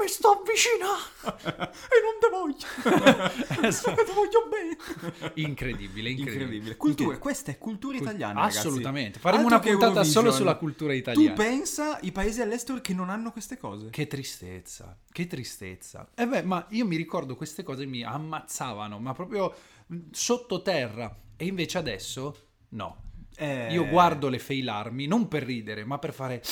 Speaker 2: mi sto avvicinando.
Speaker 1: (laughs) e non te
Speaker 2: (laughs)
Speaker 1: voglio.
Speaker 2: Esatto.
Speaker 1: (laughs) te voglio bene.
Speaker 2: Incredibile, incredibile.
Speaker 1: Incredibile. Cultura, questa è cultura
Speaker 2: Cult-
Speaker 1: italiana. ragazzi.
Speaker 2: Assolutamente. Faremo
Speaker 1: Altro
Speaker 2: una
Speaker 1: che
Speaker 2: puntata
Speaker 1: Eurovision.
Speaker 2: solo sulla cultura italiana.
Speaker 1: Tu pensa i paesi all'estero che non hanno queste cose?
Speaker 2: Che tristezza, che tristezza. E beh, ma io mi ricordo queste cose mi ammazzavano, ma proprio mh, sottoterra. E invece adesso no.
Speaker 1: Eh,
Speaker 2: Io guardo le fail armi non per ridere, ma per fare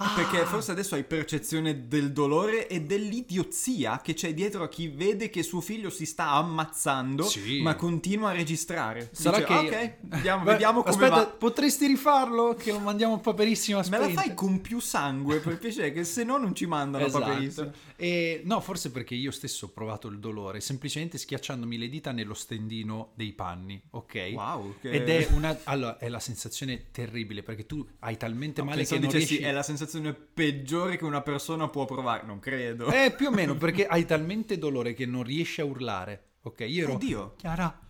Speaker 2: Ah,
Speaker 1: Perché forse adesso hai percezione del dolore e dell'idiozia che c'è dietro a chi vede che suo figlio si sta ammazzando,
Speaker 2: Sì.
Speaker 1: ma continua a registrare. Dice, "Ah, Ok, andiamo-
Speaker 2: Beh,
Speaker 1: vediamo come
Speaker 2: aspetta,
Speaker 1: va.
Speaker 2: potresti rifarlo che lo mandiamo a paperissima
Speaker 1: Me la
Speaker 2: sprint.
Speaker 1: fai con più sangue per piacere, che se no non ci mandano
Speaker 2: Esatto.
Speaker 1: paperissima.
Speaker 2: E no, forse perché io stesso ho provato il dolore, semplicemente schiacciandomi le dita nello stendino dei panni, ok?
Speaker 1: Wow, che-
Speaker 2: Ed
Speaker 1: (laughs)
Speaker 2: è una allora, è la sensazione terribile perché tu hai talmente male
Speaker 1: Pensavo
Speaker 2: che non
Speaker 1: dicessi,
Speaker 2: riesci
Speaker 1: è la sensazione peggiore che una persona può provare. Non credo.
Speaker 2: (laughs) Eh, più o meno perché hai talmente dolore che non riesci a urlare. Ok, io ero
Speaker 1: Oddio.
Speaker 2: Chiara.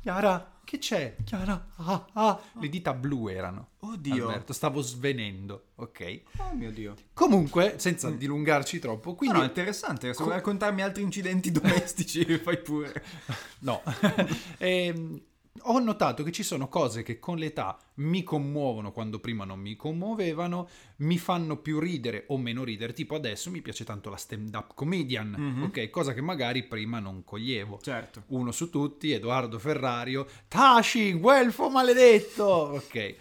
Speaker 2: Chiara, che c'è? Chiara. Ah, ah. Le dita blu erano.
Speaker 1: Oddio.
Speaker 2: Alberto, stavo svenendo, ok?
Speaker 1: Oh mio Dio.
Speaker 2: Comunque, senza dilungarci troppo, quindi
Speaker 1: Quindi Mm. no, è interessante. Se vuoi raccontarmi altri incidenti (laughs) domestici, fai pure.
Speaker 2: No. (laughs) Ehm, ho notato che ci sono cose che con l'età mi commuovono quando prima non mi commuovevano, mi fanno più ridere o meno ridere, tipo adesso mi piace tanto la stand-up comedian,
Speaker 1: Mhm.
Speaker 2: ok? Cosa che magari prima non coglievo.
Speaker 1: Certo.
Speaker 2: Uno su tutti, Edoardo Ferrario, Tashi, guelfo maledetto! Ok.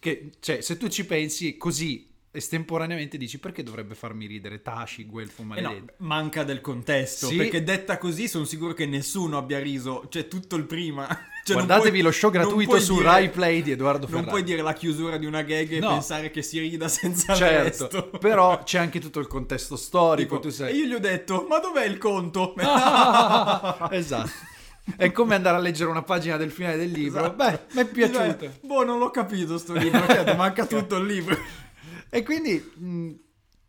Speaker 2: Che, cioè, se tu ci pensi così estemporaneamente dici perché dovrebbe farmi ridere Tashi, guelfo
Speaker 1: Eh no,
Speaker 2: maledetto?
Speaker 1: manca del contesto.
Speaker 2: Sì.
Speaker 1: Perché detta così sono sicuro che nessuno abbia riso. Cioè, tutto il prima. (laughs) Cioè, non
Speaker 2: Guardatevi
Speaker 1: puoi-
Speaker 2: lo show
Speaker 1: non
Speaker 2: gratuito
Speaker 1: puoi
Speaker 2: su
Speaker 1: dire-
Speaker 2: Rai Play di Edoardo
Speaker 1: Non
Speaker 2: Ferrario.
Speaker 1: puoi dire la chiusura di una gag e
Speaker 2: No.
Speaker 1: pensare che si rida senza il
Speaker 2: Certo,
Speaker 1: resto. (laughs)
Speaker 2: però c'è anche tutto il contesto storico,
Speaker 1: Tipo,
Speaker 2: tu
Speaker 1: E
Speaker 2: sai.
Speaker 1: io gli ho detto, ma dov'è
Speaker 2: (laughs)
Speaker 1: il conto? (laughs)
Speaker 2: esatto. È come andare a leggere una pagina del finale del libro.
Speaker 1: Esatto.
Speaker 2: Beh, mi è piaciuto.
Speaker 1: Cioè, boh, non l'ho capito sto libro. Cioè,
Speaker 2: (laughs)
Speaker 1: manca tutto il libro.
Speaker 2: E quindi, mh,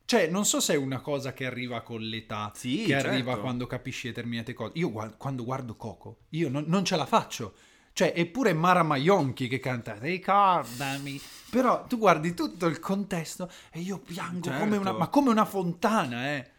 Speaker 2: cioè, non so se è una cosa che arriva con l'età,
Speaker 1: Sì,
Speaker 2: che
Speaker 1: certo.
Speaker 2: arriva quando capisci determinate cose. Io guard- quando guardo Coco, io non, non ce la faccio. Cioè, eppure Mara Maionchi che canta Ricordami. Però tu guardi tutto il contesto e io piango come
Speaker 1: Certo.
Speaker 2: una, ma come una fontana, eh.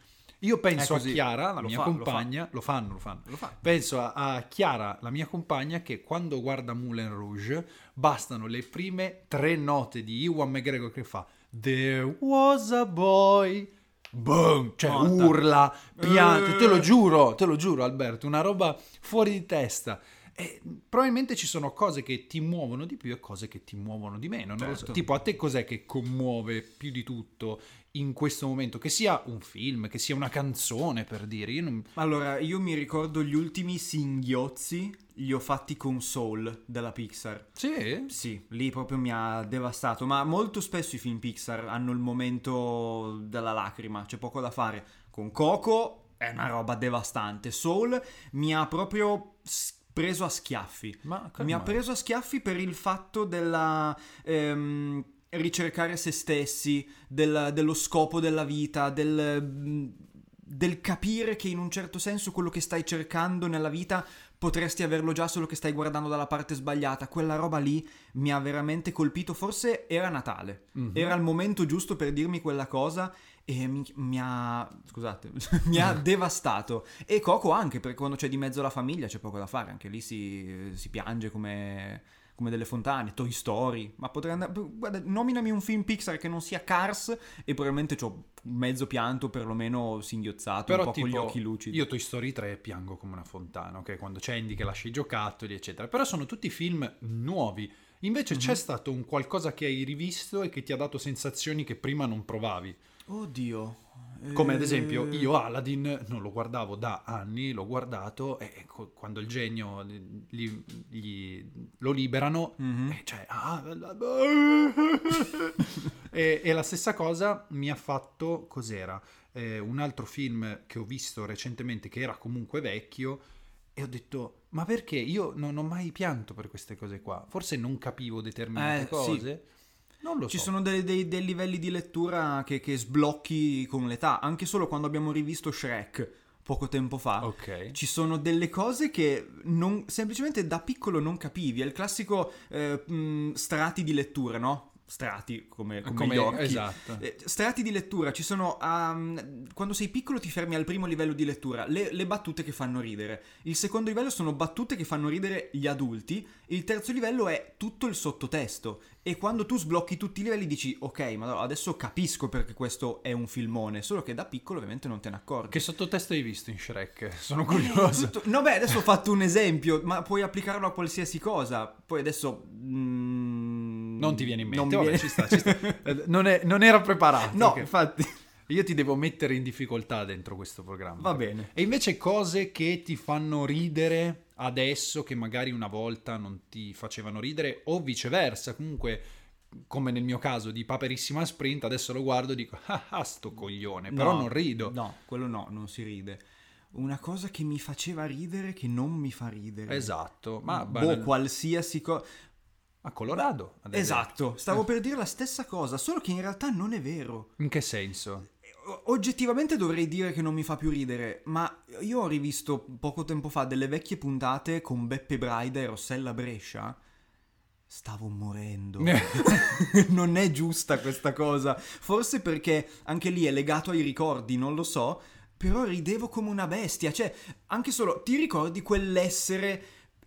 Speaker 2: Io penso
Speaker 1: È
Speaker 2: a
Speaker 1: così.
Speaker 2: Chiara, la
Speaker 1: Lo
Speaker 2: mia
Speaker 1: fa- lo
Speaker 2: compagna, lo, fanno, lo fanno.
Speaker 1: Lo fa.
Speaker 2: Penso a, a Chiara, la mia compagna, che quando guarda Moulin Rouge bastano le prime tre note di Iwan McGregor che fa There was a boy. Boom! Cioè
Speaker 1: Morta.
Speaker 2: urla, pianta,
Speaker 1: Eh.
Speaker 2: te lo giuro, te lo giuro Alberto, una roba fuori di testa. E probabilmente ci sono cose che ti muovono di più e cose che ti muovono di meno. non lo so.
Speaker 1: Certo.
Speaker 2: Tipo a te cos'è che commuove più di tutto in questo momento? Che sia un film, che sia una canzone per dire. Io non...
Speaker 1: Allora, io mi ricordo gli ultimi singhiozzi, li ho fatti con Soul della Pixar.
Speaker 2: Sì?
Speaker 1: Sì, lì proprio mi ha devastato, ma molto spesso i film Pixar hanno il momento della lacrima, c'è poco da fare. Con Coco è una roba devastante, Soul mi ha proprio s- preso a schiaffi.
Speaker 2: Ma
Speaker 1: Mi ha
Speaker 2: calma.
Speaker 1: preso a schiaffi per il fatto della ehm, ricercare se stessi, del- dello scopo della vita, del, mm, del capire che in un certo senso quello che stai cercando nella vita potresti averlo già solo che stai guardando dalla parte sbagliata. Quella roba lì mi ha veramente colpito, forse era Natale.
Speaker 2: Mhm.
Speaker 1: Era il momento giusto per dirmi quella cosa e mi, mi ha, scusate, (laughs) mi ha
Speaker 2: Eh.
Speaker 1: devastato. E Coco anche, perché quando c'è di mezzo la famiglia c'è poco da fare, anche lì si, si piange come, come delle fontane, Toy Story, ma potrei andare... boh, Guarda, nominami un film Pixar che non sia Cars e probabilmente c'ho mezzo pianto, perlomeno singhiozzato, un
Speaker 2: Però
Speaker 1: po'
Speaker 2: tipo,
Speaker 1: con gli occhi lucidi.
Speaker 2: io Toy Story 3 piango come una fontana, ok? Quando c'è Andy che lascia i giocattoli, eccetera. Però sono tutti film nuovi. Invece c'è stato un qualcosa che hai rivisto e che ti ha dato sensazioni che prima non provavi.
Speaker 1: Oddio.
Speaker 2: Come ad
Speaker 1: Eh,
Speaker 2: esempio io Aladdin non lo guardavo da anni, l'ho guardato e ecco, quando il genio gli- gli- lo liberano,
Speaker 1: Mhm.
Speaker 2: e cioè... ah, la- (laughs) e, e la stessa cosa mi ha fatto, cos'era? Eh, un altro film che ho visto recentemente che era comunque vecchio e ho detto, ma perché? Io non ho mai pianto per queste cose qua, forse non capivo determinate
Speaker 1: Eh, sì.
Speaker 2: cose. Non (laughs) lo
Speaker 1: Ci
Speaker 2: so.
Speaker 1: sono dei, dei- dei livelli di lettura che, che sblocchi con l'età, anche solo quando abbiamo rivisto Shrek poco tempo
Speaker 2: Ah,
Speaker 1: fa.
Speaker 2: Ok.
Speaker 1: Ci sono delle cose che non- semplicemente da piccolo non capivi. È il classico eh, mh, strati di lettura, no? Strati come, come, gli occhi.
Speaker 2: Esatto.
Speaker 1: Eh, Strati di lettura, ci sono. ehm, quando sei piccolo ti fermi al primo livello di lettura, le, le battute che fanno ridere. Il secondo livello sono battute che fanno ridere gli adulti. Il terzo livello è tutto il sottotesto. E quando tu sblocchi tutti i livelli dici, ok, ma allora adesso capisco perché questo è un filmone. Solo che da piccolo ovviamente non te ne accorgi.
Speaker 2: Che sottotesto hai visto in Shrek? (laughs) Sono curioso.
Speaker 1: (laughs) Tutto- No, beh, adesso ho fatto un esempio, ma puoi applicarlo a qualsiasi cosa. Poi adesso. mm,
Speaker 2: Non ti viene in mente.
Speaker 1: non mi
Speaker 2: vabbè,
Speaker 1: viene-
Speaker 2: ci sta, ci sta. Eh, Non, è- non era preparato.
Speaker 1: No,
Speaker 2: ok.
Speaker 1: infatti,
Speaker 2: (laughs) Io ti devo mettere in difficoltà dentro questo programma.
Speaker 1: (laughs) va bene.
Speaker 2: E invece cose che ti fanno ridere adesso che magari una volta non ti facevano ridere o viceversa, comunque come nel mio caso di Paperissima Sprint, adesso lo guardo e dico ah, ah sto coglione, però
Speaker 1: No,
Speaker 2: non rido.
Speaker 1: No, quello no, non si ride. Una cosa che mi faceva ridere che non mi fa ridere.
Speaker 2: Esatto, ma
Speaker 1: boh,
Speaker 2: banal-
Speaker 1: qualsiasi cosa.
Speaker 2: a Colorado. ad esempio.
Speaker 1: Esatto,
Speaker 2: Eh.
Speaker 1: stavo per dire la stessa cosa, solo che in realtà non è vero.
Speaker 2: In che senso?
Speaker 1: O- Oggettivamente dovrei dire che non mi fa più ridere, ma io ho rivisto poco tempo fa delle vecchie puntate con Beppe Braida e Rossella Brescia.
Speaker 2: (laughs)
Speaker 1: Stavo morendo. (laughs) non è giusta questa cosa. Forse perché anche lì è legato ai ricordi, non lo so. Però ridevo come una bestia. Cioè, anche solo ti ricordi quell'essere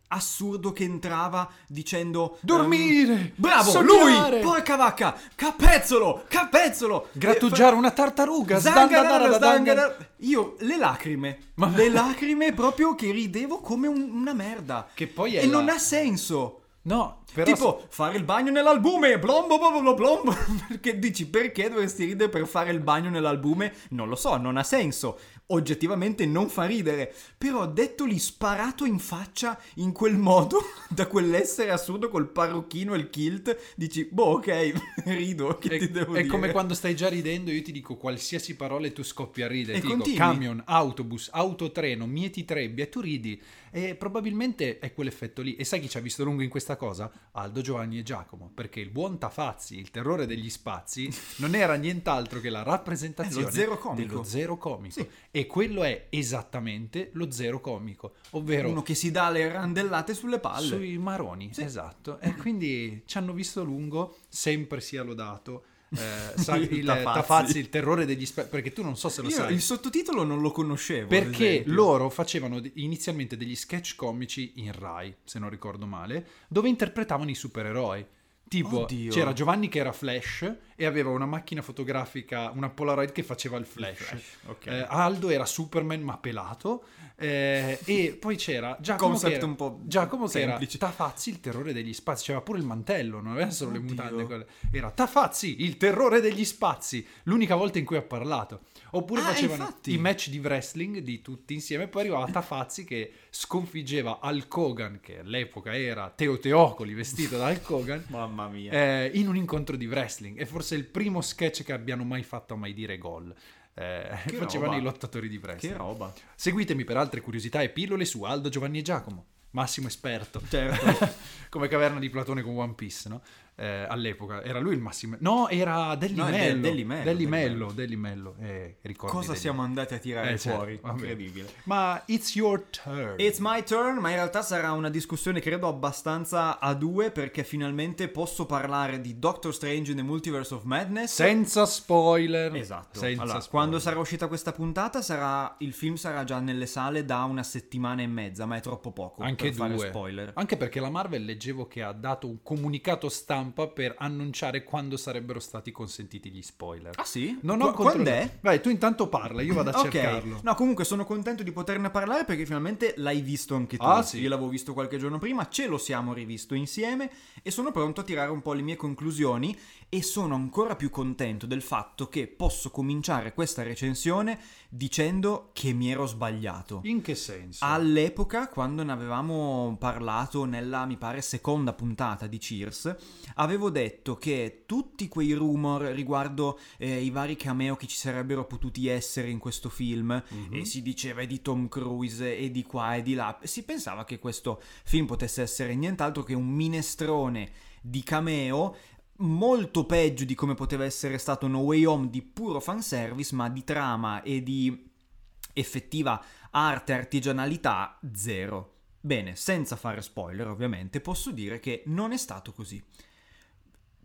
Speaker 1: assurdo che entrava dicendo:
Speaker 2: Dormire!
Speaker 1: ehm, bravo!
Speaker 2: Sognare!
Speaker 1: Lui! Porca vacca! Capezzolo! Capezzolo!
Speaker 2: Grattugiare
Speaker 1: Eh,
Speaker 2: una tartaruga!
Speaker 1: fa-
Speaker 2: zangara,
Speaker 1: Zangarara,
Speaker 2: zangara.
Speaker 1: zangarara. Io le lacrime,
Speaker 2: Ma- (laughs)
Speaker 1: le lacrime proprio che ridevo come un- una merda.
Speaker 2: Che poi è
Speaker 1: E
Speaker 2: la-
Speaker 1: non ha senso.
Speaker 2: No, però
Speaker 1: tipo, fare il bagno nell'albume, blombo, blombo, blombo, (laughs) perché dici perché dovresti ridere per fare il bagno nell'albume? Non lo so, non ha senso, oggettivamente non fa ridere, però dettoli sparato in faccia in quel modo, (laughs) da quell'essere assurdo col parrucchino e il kilt, dici, boh ok, (laughs) rido, che
Speaker 2: è,
Speaker 1: ti devo
Speaker 2: è
Speaker 1: dire?
Speaker 2: come quando stai già ridendo, io ti dico qualsiasi parola e tu scoppi a ridere.
Speaker 1: E
Speaker 2: ti dico
Speaker 1: continui.
Speaker 2: camion, autobus, autotreno, mieti trebbia, tu ridi. E probabilmente è quell'effetto lì. E sai chi ci ha visto lungo in questa cosa? Aldo, Giovanni e Giacomo. Perché il buon Tafazzi, il terrore degli
Speaker 1: (laughs)
Speaker 2: spazi, non era nient'altro che la rappresentazione
Speaker 1: È Eh, lo zero comico.
Speaker 2: dello zero comico.
Speaker 1: Sì.
Speaker 2: E quello è esattamente lo zero comico, ovvero
Speaker 1: Uno che si dà le randellate sulle palle.
Speaker 2: Mm. sui maroni, esatto. E quindi ci hanno visto lungo, sempre sia lodato. (laughs) eh, sa-
Speaker 1: Il
Speaker 2: il
Speaker 1: Tafazzi.
Speaker 2: Tafazzi, il terrore degli spe- perché tu non so se lo
Speaker 1: Io
Speaker 2: sai.
Speaker 1: il sottotitolo non lo conoscevo. ad
Speaker 2: Perché
Speaker 1: esempio.
Speaker 2: loro facevano de- inizialmente degli sketch comici in Rai, se non ricordo male, dove interpretavano i supereroi. Tipo,
Speaker 1: Oddio.
Speaker 2: c'era Giovanni che era Flash e aveva una macchina fotografica, una Polaroid che faceva il Flash.
Speaker 1: Flash, ok.
Speaker 2: Eh, Aldo era Superman ma pelato. eh, e poi c'era Giacomo
Speaker 1: Concept
Speaker 2: che era,
Speaker 1: un po'
Speaker 2: Giacomo che era
Speaker 1: semplici.
Speaker 2: Tafazzi, il terrore degli spazi. C'era pure il mantello, non aveva solo le
Speaker 1: Oddio.
Speaker 2: mutande. quelle- Era Tafazzi, il terrore degli spazi. L'unica volta in cui ha parlato. Oppure
Speaker 1: Ah,
Speaker 2: facevano
Speaker 1: infatti.
Speaker 2: i match di wrestling di tutti insieme. Poi arrivava Tafazzi che sconfiggeva Hulk Hogan, che all'epoca era Teo Teocoli vestito da Hulk Hogan,
Speaker 1: Ah, Mamma mia.
Speaker 2: eh, in un incontro di wrestling. È forse il primo sketch che abbiano mai fatto a mai dire gol. Eh, (laughs)
Speaker 1: Che
Speaker 2: facevano
Speaker 1: roba.
Speaker 2: i lottatori di wrestling.
Speaker 1: Che roba.
Speaker 2: Seguitemi per altre curiosità e pillole su Aldo, Giovanni e Giacomo. Massimo esperto. (laughs)
Speaker 1: Certo.
Speaker 2: Come caverna di Platone con One Piece, no? Eh, all'epoca era lui il massimo. No, era
Speaker 1: No, è De-
Speaker 2: Dellimello.
Speaker 1: Dellimello,
Speaker 2: Dellimello, Dellimello. Eh, ricordi
Speaker 1: Cosa
Speaker 2: Dellimello.
Speaker 1: siamo andati a tirare
Speaker 2: Eh, certo,
Speaker 1: fuori?
Speaker 2: vabbè.
Speaker 1: Incredibile.
Speaker 2: Ma it's your turn.
Speaker 1: It's my turn, ma in realtà sarà una discussione credo abbastanza a due perché finalmente posso parlare di Doctor Strange in the Multiverse of Madness.
Speaker 2: Senza spoiler.
Speaker 1: Esatto.
Speaker 2: Senza
Speaker 1: Allora,
Speaker 2: spoiler.
Speaker 1: quando sarà uscita questa puntata sarà- il film sarà già nelle sale da una settimana e mezza, ma è troppo poco
Speaker 2: Anche
Speaker 1: ecco, per fare
Speaker 2: due.
Speaker 1: spoiler.
Speaker 2: Anche perché la Marvel leggevo che ha dato un comunicato stampa per annunciare quando sarebbero stati consentiti gli spoiler.
Speaker 1: Ah sì?
Speaker 2: Non
Speaker 1: Qu-
Speaker 2: ho
Speaker 1: Quando
Speaker 2: controllato.
Speaker 1: è?
Speaker 2: Vai, tu intanto parla, io vado a
Speaker 1: (laughs) Ok,
Speaker 2: cercarlo.
Speaker 1: no comunque sono contento di poterne parlare perché finalmente l'hai visto anche tu.
Speaker 2: Ah, sì.
Speaker 1: Io l'avevo visto qualche giorno prima, ce lo siamo rivisto insieme e sono pronto a tirare un po' le mie conclusioni e sono ancora più contento del fatto che posso cominciare questa recensione dicendo che mi ero sbagliato.
Speaker 2: In che senso?
Speaker 1: All'epoca, quando ne avevamo parlato nella, mi pare, seconda puntata di Cheers, avevo detto che tutti quei rumor riguardo eh, i vari cameo che ci sarebbero potuti essere in questo film,
Speaker 2: Mhm.
Speaker 1: e si diceva è di Tom Cruise e di qua e di là, si pensava che questo film potesse essere nient'altro che un minestrone di cameo molto peggio di come poteva essere stato No Way Home di puro fanservice, ma di trama e di effettiva arte, artigianalità, zero. Bene, senza fare spoiler ovviamente, posso dire che non è stato così.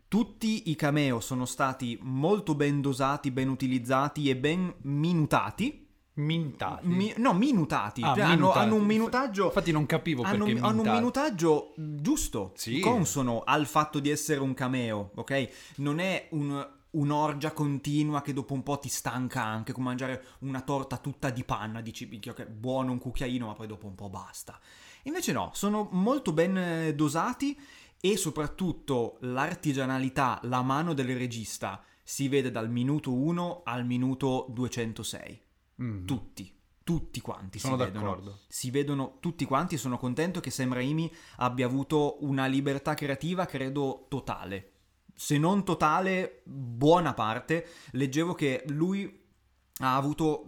Speaker 1: Tutti i cameo sono stati molto ben dosati, ben utilizzati e ben minutati.
Speaker 2: Mintati.
Speaker 1: Mi- no, minutati.
Speaker 2: Ah,
Speaker 1: Cioè, hanno-
Speaker 2: minutati.
Speaker 1: hanno un minutaggio
Speaker 2: Infatti non capivo
Speaker 1: hanno,
Speaker 2: perché
Speaker 1: hanno un
Speaker 2: mintati.
Speaker 1: minutaggio giusto,
Speaker 2: Sì.
Speaker 1: consono al fatto di essere un cameo, ok? Non è un- un'orgia continua che dopo un po' ti stanca anche, come mangiare una torta tutta di panna, dici, "Minchia, che buono un cucchiaino, ma poi dopo un po' basta. Invece no, sono molto ben eh, dosati e soprattutto l'artigianalità, la mano del regista si vede dal minuto 1 al minuto 206
Speaker 2: Mm.
Speaker 1: tutti, tutti quanti
Speaker 2: Sono
Speaker 1: si vedono.
Speaker 2: d'accordo.
Speaker 1: Si vedono tutti quanti e sono contento che Sam Raimi abbia avuto una libertà creativa, credo, totale. Se non totale, buona parte. Leggevo che lui ha avuto...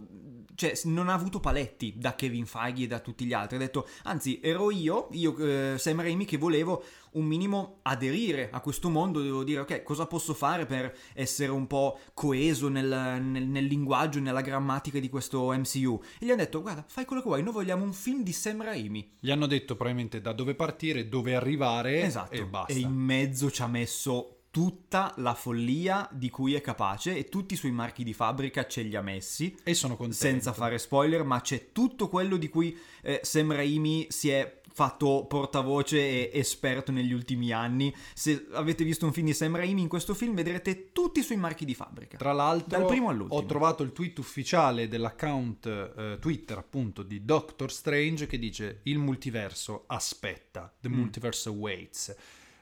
Speaker 1: Cioè, non ha avuto paletti da Kevin Feige e da tutti gli altri. Ha detto, anzi, ero io, io eh, Sam Raimi, che volevo un minimo aderire a questo mondo. Devo dire, ok, cosa posso fare per essere un po' coeso nel, nel- nel linguaggio, nella grammatica di questo MCU. E gli hanno detto, guarda, fai quello che vuoi, noi vogliamo un film di Sam Raimi.
Speaker 2: Gli hanno detto probabilmente da dove partire, dove arrivare
Speaker 1: esatto.
Speaker 2: e basta.
Speaker 1: E in mezzo ci ha messo tutta la follia di cui è capace e tutti i suoi marchi di fabbrica ce li ha messi.
Speaker 2: E sono contento.
Speaker 1: Senza fare spoiler, ma c'è tutto quello di cui eh, Sam Raimi si è fatto portavoce e esperto negli ultimi anni. Se avete visto un film di Sam Raimi, in questo film vedrete tutti i suoi marchi di fabbrica.
Speaker 2: Tra l'altro,
Speaker 1: Dal primo all'ultimo.
Speaker 2: ho trovato il tweet ufficiale dell'account eh, Twitter, appunto, di Doctor Strange che dice: Il multiverso aspetta. The
Speaker 1: Mm.
Speaker 2: multiverse awaits.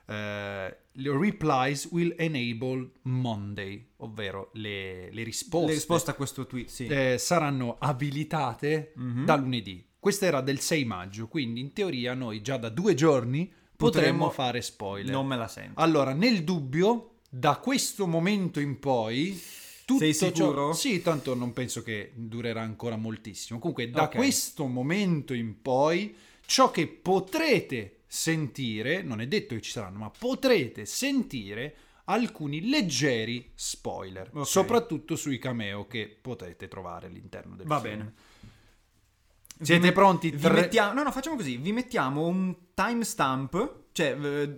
Speaker 2: Eh, le replies will enable Monday, ovvero le, le risposte,
Speaker 1: Le risposte a questo tweet, sì.
Speaker 2: eh, saranno abilitate
Speaker 1: Mhm.
Speaker 2: da lunedì. Questa era del 6 maggio, quindi in teoria noi già da due giorni potremmo,
Speaker 1: Potremmo-
Speaker 2: fare spoiler.
Speaker 1: Non me la sento.
Speaker 2: Allora, nel dubbio, da questo momento in poi, tutto
Speaker 1: Sei
Speaker 2: ciò-
Speaker 1: sicuro?
Speaker 2: Sì, tanto non penso che durerà ancora moltissimo. Comunque, da
Speaker 1: Ok.
Speaker 2: questo momento in poi, ciò che potrete sentire, non è detto che ci saranno, ma potrete sentire alcuni leggeri spoiler,
Speaker 1: Ok.
Speaker 2: soprattutto sui cameo che potrete trovare all'interno del
Speaker 1: Va
Speaker 2: film.
Speaker 1: bene.
Speaker 2: Siete
Speaker 1: Vi met-
Speaker 2: pronti?
Speaker 1: Vi
Speaker 2: Tre-
Speaker 1: mettiamo, no, no, facciamo così. Vi mettiamo un timestamp, cioè eh,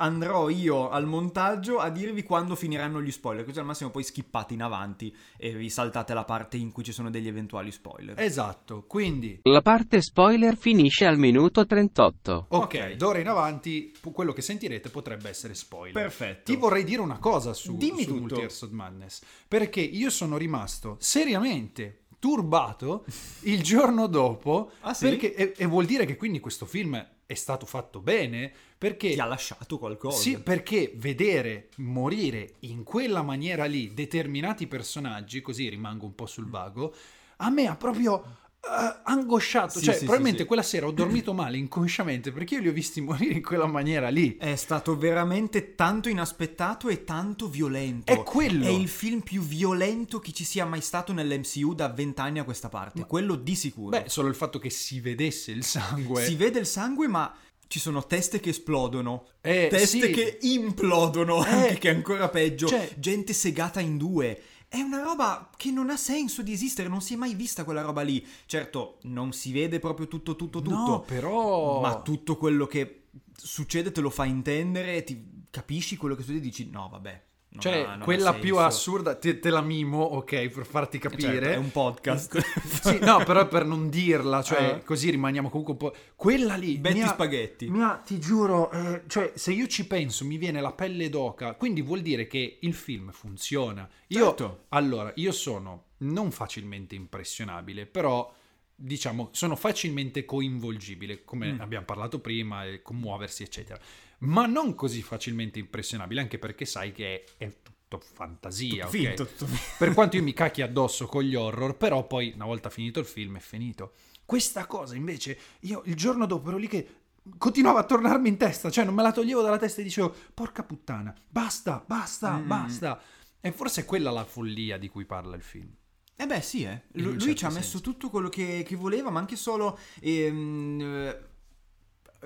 Speaker 1: andrò io al montaggio a dirvi quando finiranno gli spoiler, così al massimo poi skippate in avanti e vi saltate la parte in cui ci sono degli eventuali spoiler.
Speaker 2: Esatto, quindi
Speaker 3: La parte spoiler finisce al minuto 38.
Speaker 2: ok,
Speaker 1: Ok.
Speaker 2: d'ora in avanti pu- quello che sentirete potrebbe essere spoiler.
Speaker 1: Perfetto.
Speaker 2: Ti vorrei dire una cosa su,
Speaker 1: Dimmi
Speaker 2: su
Speaker 1: tutto.
Speaker 2: Multiverse of Madness, perché io sono rimasto seriamente
Speaker 1: (laughs)
Speaker 2: turbato il giorno dopo,
Speaker 1: Ah, sì?
Speaker 2: perché, e, e vuol dire che quindi questo film è stato fatto bene, perché...
Speaker 1: Ti ha lasciato qualcosa?
Speaker 2: Sì, perché vedere morire in quella maniera lì determinati personaggi, così rimango un po' sul vago, a me ha proprio eh, angosciato.
Speaker 1: Sì,
Speaker 2: cioè,
Speaker 1: sì, sì,
Speaker 2: probabilmente
Speaker 1: sì.
Speaker 2: quella sera ho dormito male inconsciamente perché io li ho visti morire in quella maniera lì.
Speaker 1: È stato veramente tanto inaspettato e tanto violento.
Speaker 2: È quello.
Speaker 1: È il film più violento che ci sia mai stato nell'MCU da vent'anni a questa parte. Quello di sicuro.
Speaker 2: Beh, solo il fatto che si vedesse il sangue.
Speaker 1: si vede il sangue, ma ci sono teste che esplodono.
Speaker 2: Eh,
Speaker 1: teste
Speaker 2: sì. Eh.
Speaker 1: che implodono, anche che è ancora peggio.
Speaker 2: cioè-
Speaker 1: gente segata in due. È una roba che non ha senso di esistere, non si è mai vista quella roba lì. Certo, non si vede proprio tutto, tutto, tutto.
Speaker 2: No, però...
Speaker 1: Ma tutto quello che succede te lo fa intendere, ti capisci quello che succede e dici no, vabbè. non
Speaker 2: Cioè,
Speaker 1: ha- non ha
Speaker 2: quella più
Speaker 1: senso."
Speaker 2: assurda, te, te la mimo, ok, per farti capire.
Speaker 1: Certo, è un podcast.
Speaker 2: Sì, no, però per non dirla, cioè,
Speaker 1: Eh.
Speaker 2: così rimaniamo comunque un po'. Quella lì.
Speaker 1: (laughs) Betty
Speaker 2: mi ha-
Speaker 1: Spaghetti.
Speaker 2: mi ha- ti giuro, eh, cioè, se io ci penso, mi viene la pelle d'oca. Quindi vuol dire che il film funziona. Io,
Speaker 1: Certo.
Speaker 2: allora, io sono non facilmente impressionabile, però. Diciamo, sono facilmente coinvolgibile, come
Speaker 1: Mm.
Speaker 2: abbiamo parlato prima, e commuoversi, eccetera. Ma non così facilmente impressionabile, anche perché sai che è, è tutto fantasia. ok?
Speaker 1: Finto, tutto finto.
Speaker 2: Per quanto io mi cacchi addosso con gli horror, però poi una volta finito il film è finito. Questa cosa invece, io il giorno dopo ero lì che continuava a tornarmi in testa, cioè non me la toglievo dalla testa e dicevo, porca puttana, basta, basta,
Speaker 1: Mm.
Speaker 2: basta. E forse è quella la follia di cui parla il film.
Speaker 1: Eh beh sì, eh.
Speaker 2: In
Speaker 1: Lu-
Speaker 2: un
Speaker 1: lui
Speaker 2: certo
Speaker 1: ci ha
Speaker 2: senso.
Speaker 1: messo tutto quello che, che voleva, ma anche solo... ehm, eh,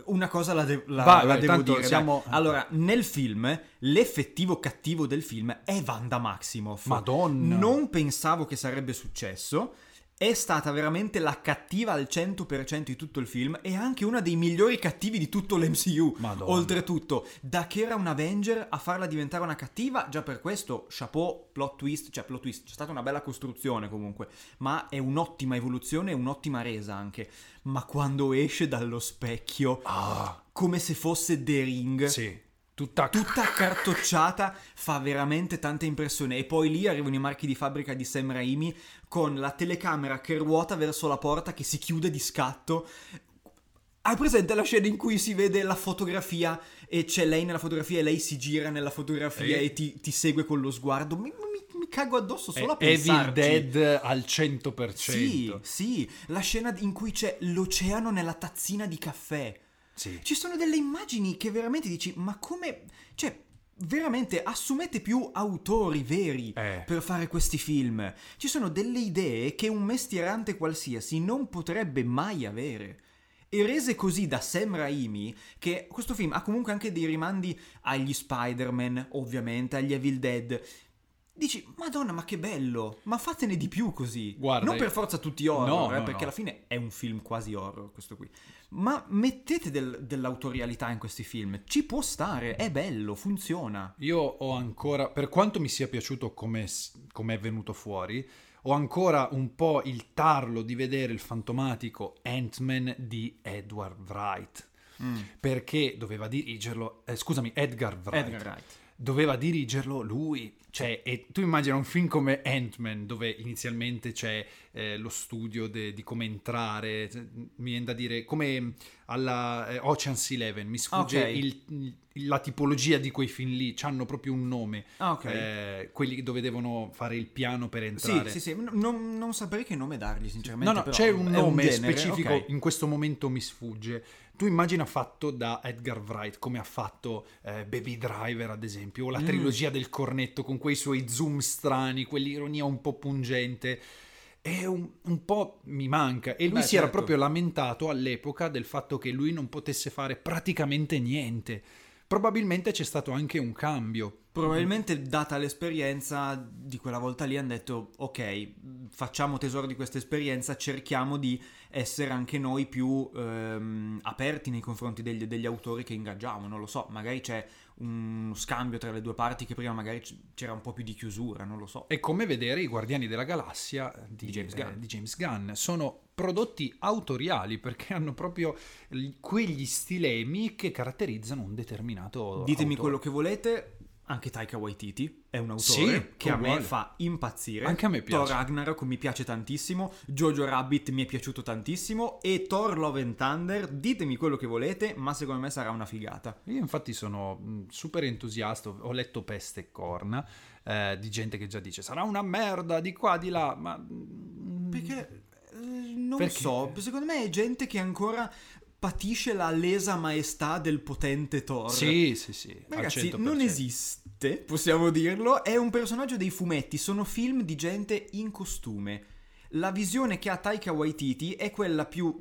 Speaker 1: una cosa la, de- la-
Speaker 2: Vai,
Speaker 1: la
Speaker 2: vai,
Speaker 1: devo
Speaker 2: tanto Ah.
Speaker 1: dire.
Speaker 2: siamo-
Speaker 1: dai. Allora, nel film, l'effettivo cattivo del film è Vanda Maximoff.
Speaker 2: Madonna.
Speaker 1: Non pensavo che sarebbe successo. È stata veramente la cattiva al 100% di tutto il film e anche una dei migliori cattivi di tutto l'MCU.
Speaker 2: Madonna.
Speaker 1: Oltretutto, da che era un Avenger a farla diventare una cattiva, già per questo, chapeau, plot twist, cioè plot twist, c'è stata una bella costruzione comunque, ma è un'ottima evoluzione e un'ottima resa anche. Ma quando esce dallo specchio,
Speaker 2: Ah,
Speaker 1: come se fosse The Ring,
Speaker 2: sì. Tutta...
Speaker 1: tutta cartocciata fa veramente tanta impressione e poi lì arrivano i marchi di fabbrica di Sam Raimi con la telecamera che ruota verso la porta che si chiude di scatto hai presente la scena in cui si vede la fotografia e c'è lei nella fotografia e lei si gira nella fotografia
Speaker 2: Sì.
Speaker 1: e ti, ti segue con lo sguardo mi, mi- mi cago addosso solo a
Speaker 2: è Evil
Speaker 1: pensarci
Speaker 2: Dead al 100%.
Speaker 1: sì, sì, la scena in cui c'è l'oceano nella tazzina di caffè
Speaker 2: Sì. Cioè,
Speaker 1: ci sono delle immagini che veramente dici, ma come... Cioè, veramente assumete più autori veri
Speaker 2: Eh.
Speaker 1: per fare questi film. Ci sono delle idee che un mestierante qualsiasi non potrebbe mai avere. E rese così da Sam Raimi, che questo film ha comunque anche dei rimandi agli Spider-Man, ovviamente, agli Evil Dead. Dici, madonna, ma che bello! Ma fatene di più così.
Speaker 2: Guarda,
Speaker 1: non
Speaker 2: io-
Speaker 1: per forza tutti horror,
Speaker 2: No,
Speaker 1: eh,
Speaker 2: no,
Speaker 1: perché
Speaker 2: no.
Speaker 1: alla fine è un film quasi horror questo qui. Ma mettete del- dell'autorialità in questi film. Ci può stare, è bello, funziona.
Speaker 2: Io ho ancora, per quanto mi sia piaciuto come, s- come è venuto fuori, ho ancora un po' il tarlo di vedere il fantomatico Ant-Man di Edward Wright.
Speaker 1: Mm.
Speaker 2: Perché doveva dirigerlo, eh, scusami, Edgar Wright.
Speaker 1: Edgar Wright.
Speaker 2: Doveva dirigerlo lui. Cioè, e tu immagina un film come Ant-Man, dove inizialmente c'è eh, lo studio de- di come entrare, cioè, mi viene da dire, come alla eh, Ocean's Eleven, mi sfugge
Speaker 1: Ok.
Speaker 2: il- il- la tipologia di quei film lì, hanno proprio un nome,
Speaker 1: Ah, ok.
Speaker 2: eh, quelli dove devono fare il piano per
Speaker 1: sì,
Speaker 2: entrare.
Speaker 1: sì, sì. n- Non, non saprei che nome dargli, sinceramente.
Speaker 2: No, no,
Speaker 1: però
Speaker 2: c'è un
Speaker 1: è
Speaker 2: nome
Speaker 1: genere,
Speaker 2: specifico,
Speaker 1: ok.
Speaker 2: in questo momento mi sfugge. Tu immagina fatto da Edgar Wright, come ha fatto eh, Baby Driver, ad esempio, o la
Speaker 1: Mm.
Speaker 2: trilogia del cornetto con quei suoi zoom strani, quell'ironia un po' pungente. E un, un po' mi manca. E lui
Speaker 1: Beh,
Speaker 2: si era
Speaker 1: certo.
Speaker 2: proprio lamentato all'epoca del fatto che lui non potesse fare praticamente niente. Probabilmente c'è stato anche un cambio.
Speaker 1: Probabilmente, data l'esperienza di quella volta lì, hanno detto: Ok, facciamo tesoro di questa esperienza, cerchiamo di essere anche noi più ehm, aperti nei confronti degli, degli autori che ingaggiamo, non lo so, magari c'è uno scambio tra le due parti che prima magari c- c'era un po' più di chiusura, non lo so.
Speaker 2: È come vedere i Guardiani della Galassia di,
Speaker 1: Di James
Speaker 2: eh,
Speaker 1: Gunn.
Speaker 2: di James Gunn. Sono prodotti autoriali perché hanno proprio l- quegli stilemi che caratterizzano un determinato
Speaker 1: Ditemi
Speaker 2: autore.
Speaker 1: quello che volete. Anche Taika Waititi è un autore
Speaker 2: Sì,
Speaker 1: che a me
Speaker 2: uguale.
Speaker 1: fa impazzire.
Speaker 2: Anche a me piace.
Speaker 1: Thor Ragnarok mi piace tantissimo. Jojo Rabbit mi è piaciuto tantissimo. E Thor Love and Thunder, ditemi quello che volete, ma secondo me sarà una figata.
Speaker 2: Io infatti sono mh, super entusiasta, ho letto peste e corna eh, di gente che già dice sarà una merda di qua di là, ma mm, mh,
Speaker 1: Perché eh, non
Speaker 2: Perché?
Speaker 1: so, secondo me è gente che ancora patisce la lesa maestà del potente Thor.
Speaker 2: Sì, sì, sì. al
Speaker 1: Ragazzi,
Speaker 2: 100%.
Speaker 1: non esiste, possiamo dirlo, è un personaggio dei fumetti, sono film di gente in costume. La visione che ha Taika Waititi è quella più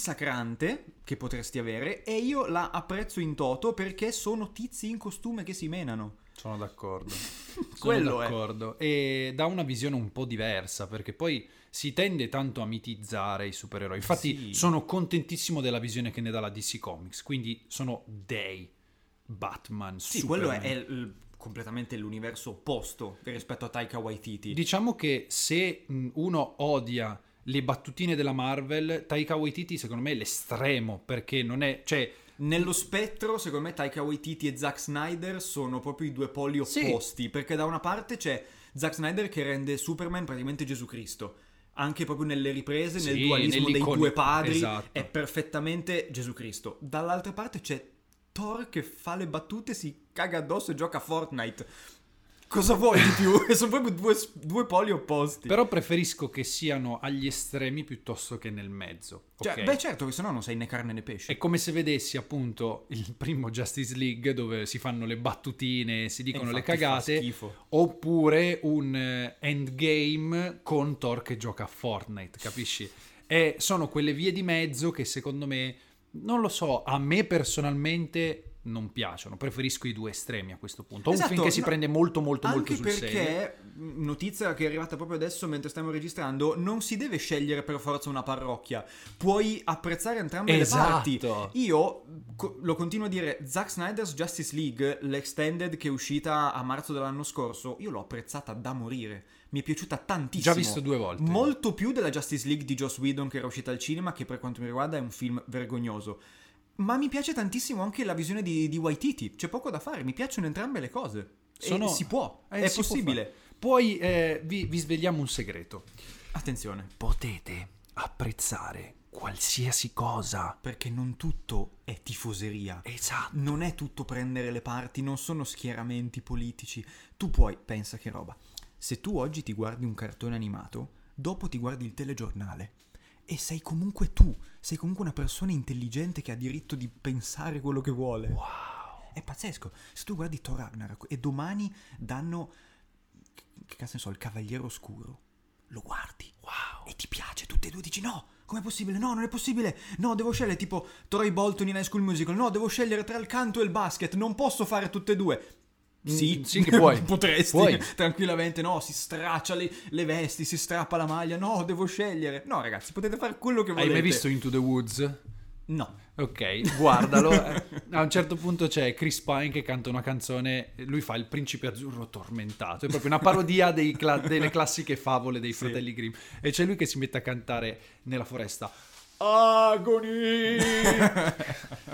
Speaker 1: dissacrante che potresti avere e io la apprezzo in toto perché sono tizi in costume che si menano.
Speaker 2: Sono
Speaker 1: (laughs)
Speaker 2: d'accordo. Sono
Speaker 1: Quello è.
Speaker 2: d'accordo. E da una visione un po' diversa, perché poi si tende tanto a mitizzare i supereroi. Infatti,
Speaker 1: Sì.
Speaker 2: sono contentissimo della visione che ne dà la DC Comics. Quindi sono dei Batman.
Speaker 1: Sì, quello
Speaker 2: Superman.
Speaker 1: è, è l- completamente l'universo opposto rispetto a Taika Waititi.
Speaker 2: Diciamo che se mh, uno odia le battutine della Marvel, Taika Waititi secondo me è l'estremo, perché non è... Cioè,
Speaker 1: Nello spettro, secondo me, Taika Waititi e Zack Snyder sono proprio i due poli
Speaker 2: Sì.
Speaker 1: opposti. Perché da una parte c'è Zack Snider che rende Superman praticamente Gesù Cristo. Anche proprio nelle riprese, nel
Speaker 2: Sì,
Speaker 1: dualismo dei
Speaker 2: nell'iconi-
Speaker 1: due padri,
Speaker 2: esatto.
Speaker 1: è perfettamente Gesù Cristo. Dall'altra parte c'è Thor che fa le battute, si caga addosso e gioca a Fortnite. Cosa vuoi di
Speaker 2: (laughs)
Speaker 1: più? sono proprio due, due poli opposti.
Speaker 2: però preferisco che siano agli estremi piuttosto che nel mezzo.
Speaker 1: Cioè,
Speaker 2: ok?
Speaker 1: Beh, certo, che sennò non sei né carne né pesce.
Speaker 2: È come se vedessi appunto il (laughs) primo Justice League dove si fanno le battutine, si dicono
Speaker 1: E
Speaker 2: le
Speaker 1: infatti fa
Speaker 2: cagate,
Speaker 1: schifo.
Speaker 2: oppure un eh, endgame con Thor che gioca a Fortnite, capisci? E sono quelle vie di mezzo che secondo me, non lo so, a me personalmente non piacciono, preferisco i due estremi a questo punto. O un
Speaker 1: Esatto,
Speaker 2: film che si
Speaker 1: no,
Speaker 2: prende molto molto molto
Speaker 1: Anche
Speaker 2: sul serio.
Speaker 1: perché, mh, notizia che è arrivata proprio adesso mentre stiamo registrando, non si deve scegliere per forza una parrocchia, puoi apprezzare entrambe le parti.
Speaker 2: Esatto.
Speaker 1: Io co- lo continuo a dire, Zack Snyder's Justice League, l'extended che è uscita a marzo dell'anno scorso, io l'ho apprezzata da morire, mi è piaciuta tantissimo.
Speaker 2: Già visto due volte.
Speaker 1: Molto più della Justice League di Joss Whedon che era uscita al cinema, che per quanto mi riguarda è un film vergognoso. Ma mi piace tantissimo anche la visione di, di Waititi, c'è poco da fare, mi piacciono entrambe le cose. E
Speaker 2: Sono-
Speaker 1: si può,
Speaker 2: Eh,
Speaker 1: è
Speaker 2: si può
Speaker 1: possibile.
Speaker 2: fare. Poi eh, vi- vi svegliamo un segreto.
Speaker 1: Attenzione,
Speaker 2: potete apprezzare qualsiasi cosa.
Speaker 1: perché non tutto è tifoseria.
Speaker 2: Esatto.
Speaker 1: Non è tutto prendere le parti, non sono schieramenti politici. Tu puoi, pensa che roba. Se tu oggi ti guardi un cartone animato, dopo ti guardi il telegiornale. E sei comunque tu, sei comunque una persona intelligente che ha diritto di pensare quello che vuole.
Speaker 2: Wow.
Speaker 1: È pazzesco. Se tu guardi Thor Ragnarok e domani danno. Che cazzo ne so, il Cavaliere Oscuro. Lo guardi.
Speaker 2: Wow.
Speaker 1: E ti piace, tutte e due dici no. Com'è possibile? No, non è possibile. No, devo scegliere tipo Troy Bolton in High School Musical. No, devo scegliere tra il canto e il basket. Non posso fare tutte e due. Sì,
Speaker 2: Mm, sì che puoi.
Speaker 1: (laughs) potresti
Speaker 2: Puoi.
Speaker 1: tranquillamente. No, si straccia le, le vesti, si strappa la maglia. No, devo scegliere. No, ragazzi, potete fare quello che volete.
Speaker 2: Hai mai visto Into the Woods?
Speaker 1: No.
Speaker 2: Ok, guardalo. Eh, A un certo punto c'è Chris Pine che canta una canzone, lui fa il principe azzurro tormentato, è proprio una parodia dei cla- delle classiche favole dei fratelli Grimm. E c'è lui che si mette a cantare nella foresta.
Speaker 1: (laughs)
Speaker 2: Agony!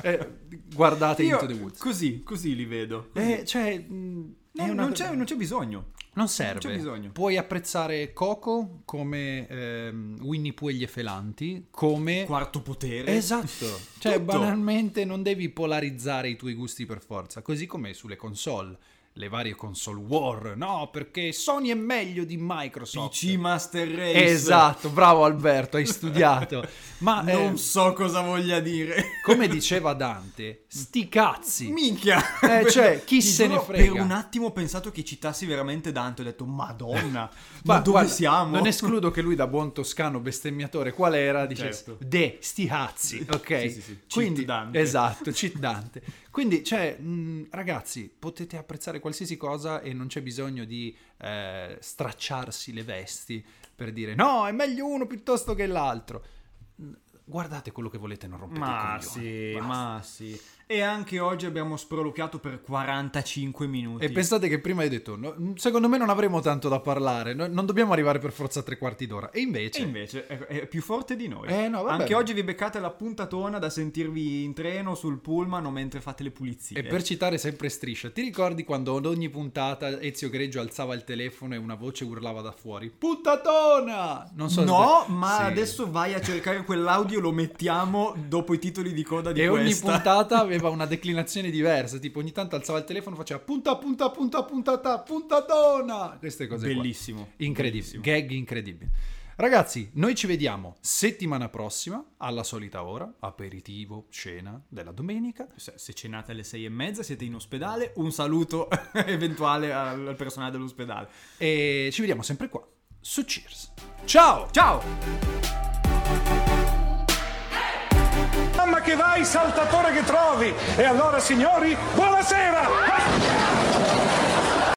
Speaker 2: Eh, guardate
Speaker 1: Io
Speaker 2: Into the Woods.
Speaker 1: Così, così li vedo.
Speaker 2: Eh, cioè, mh,
Speaker 1: No,
Speaker 2: è una-
Speaker 1: non, c'è, non c'è bisogno.
Speaker 2: Non serve.
Speaker 1: Non c'è bisogno.
Speaker 2: Puoi apprezzare Coco come ehm, Winnie Pooh e gli efelanti, come...
Speaker 1: Quarto potere.
Speaker 2: Eh.
Speaker 1: (laughs)
Speaker 2: Esatto. Cioè,
Speaker 1: Tutto.
Speaker 2: banalmente non devi polarizzare i tuoi gusti per forza, così come sulle console. Le varie console war, no, perché Sony è meglio di Microsoft.
Speaker 1: PC Master Race.
Speaker 2: Esatto, bravo Alberto, hai
Speaker 1: (laughs)
Speaker 2: studiato. Ma eh,
Speaker 1: Non so cosa voglia dire.
Speaker 2: come diceva Dante, sti
Speaker 1: (laughs)
Speaker 2: cazzi.
Speaker 1: Minchia!
Speaker 2: Eh,
Speaker 1: (laughs)
Speaker 2: cioè, chi
Speaker 1: Ti
Speaker 2: se ne
Speaker 1: giuro,
Speaker 2: frega?
Speaker 1: Per un attimo ho pensato che citassi veramente Dante, ho
Speaker 2: (laughs)
Speaker 1: detto "Madonna, ma
Speaker 2: Ma
Speaker 1: dove
Speaker 2: guarda,
Speaker 1: siamo?"
Speaker 2: Non escludo che lui, da buon toscano bestemmiatore, qual era? Dice
Speaker 1: Certo.
Speaker 2: De, sti cazzi, ok?
Speaker 1: Sì, sì, sì. Cheat
Speaker 2: Quindi,
Speaker 1: Dante.
Speaker 2: Esatto, cheat Dante. Quindi, cioè, mh, ragazzi, potete apprezzare qualsiasi cosa e non c'è bisogno di eh, stracciarsi le vesti per dire no, è meglio uno piuttosto che l'altro. guardate quello che volete, non rompete
Speaker 1: Ma
Speaker 2: i coglioni.
Speaker 1: sì,
Speaker 2: Basta.
Speaker 1: ma sì. E anche oggi abbiamo sprolucato per 45 minuti.
Speaker 2: E pensate che prima hai detto, "No, mm, secondo me non avremo tanto da parlare, no- non dobbiamo arrivare per forza a tre quarti d'ora. E
Speaker 1: E
Speaker 2: invece...
Speaker 1: invece è, è più forte di noi.
Speaker 2: Eh, no, vabbè.
Speaker 1: Anche oggi vi beccate la puntatona da sentirvi in treno, sul pullman o mentre fate le pulizie.
Speaker 2: E per citare sempre Striscia, ti ricordi quando ad ogni puntata Ezio Greggio alzava il telefono e una voce urlava da fuori? Puntatona! Non so
Speaker 1: no,
Speaker 2: se-
Speaker 1: ma
Speaker 2: Sì.
Speaker 1: adesso vai a cercare quell'audio, lo mettiamo dopo i titoli di coda di
Speaker 2: E ogni
Speaker 1: questa. (laughs)
Speaker 2: puntata aveva una declinazione diversa, tipo ogni tanto alzava il telefono e faceva punta, punta, punta, puntata, puntatona! Queste cose qua.
Speaker 1: Bellissimo.
Speaker 2: Incredibile,
Speaker 1: bellissimo.
Speaker 2: gag incredibile. Ragazzi, noi ci vediamo settimana prossima, alla solita ora, aperitivo, cena della domenica.
Speaker 1: Se, se cenate alle sei e mezza siete in ospedale, un saluto (laughs) eventuale al, al personale dell'ospedale.
Speaker 2: E ci vediamo sempre qua, su Cheers. Ciao!
Speaker 1: Ciao!
Speaker 4: Mamma che vai, saltatore che trovi! E allora, signori, buonasera!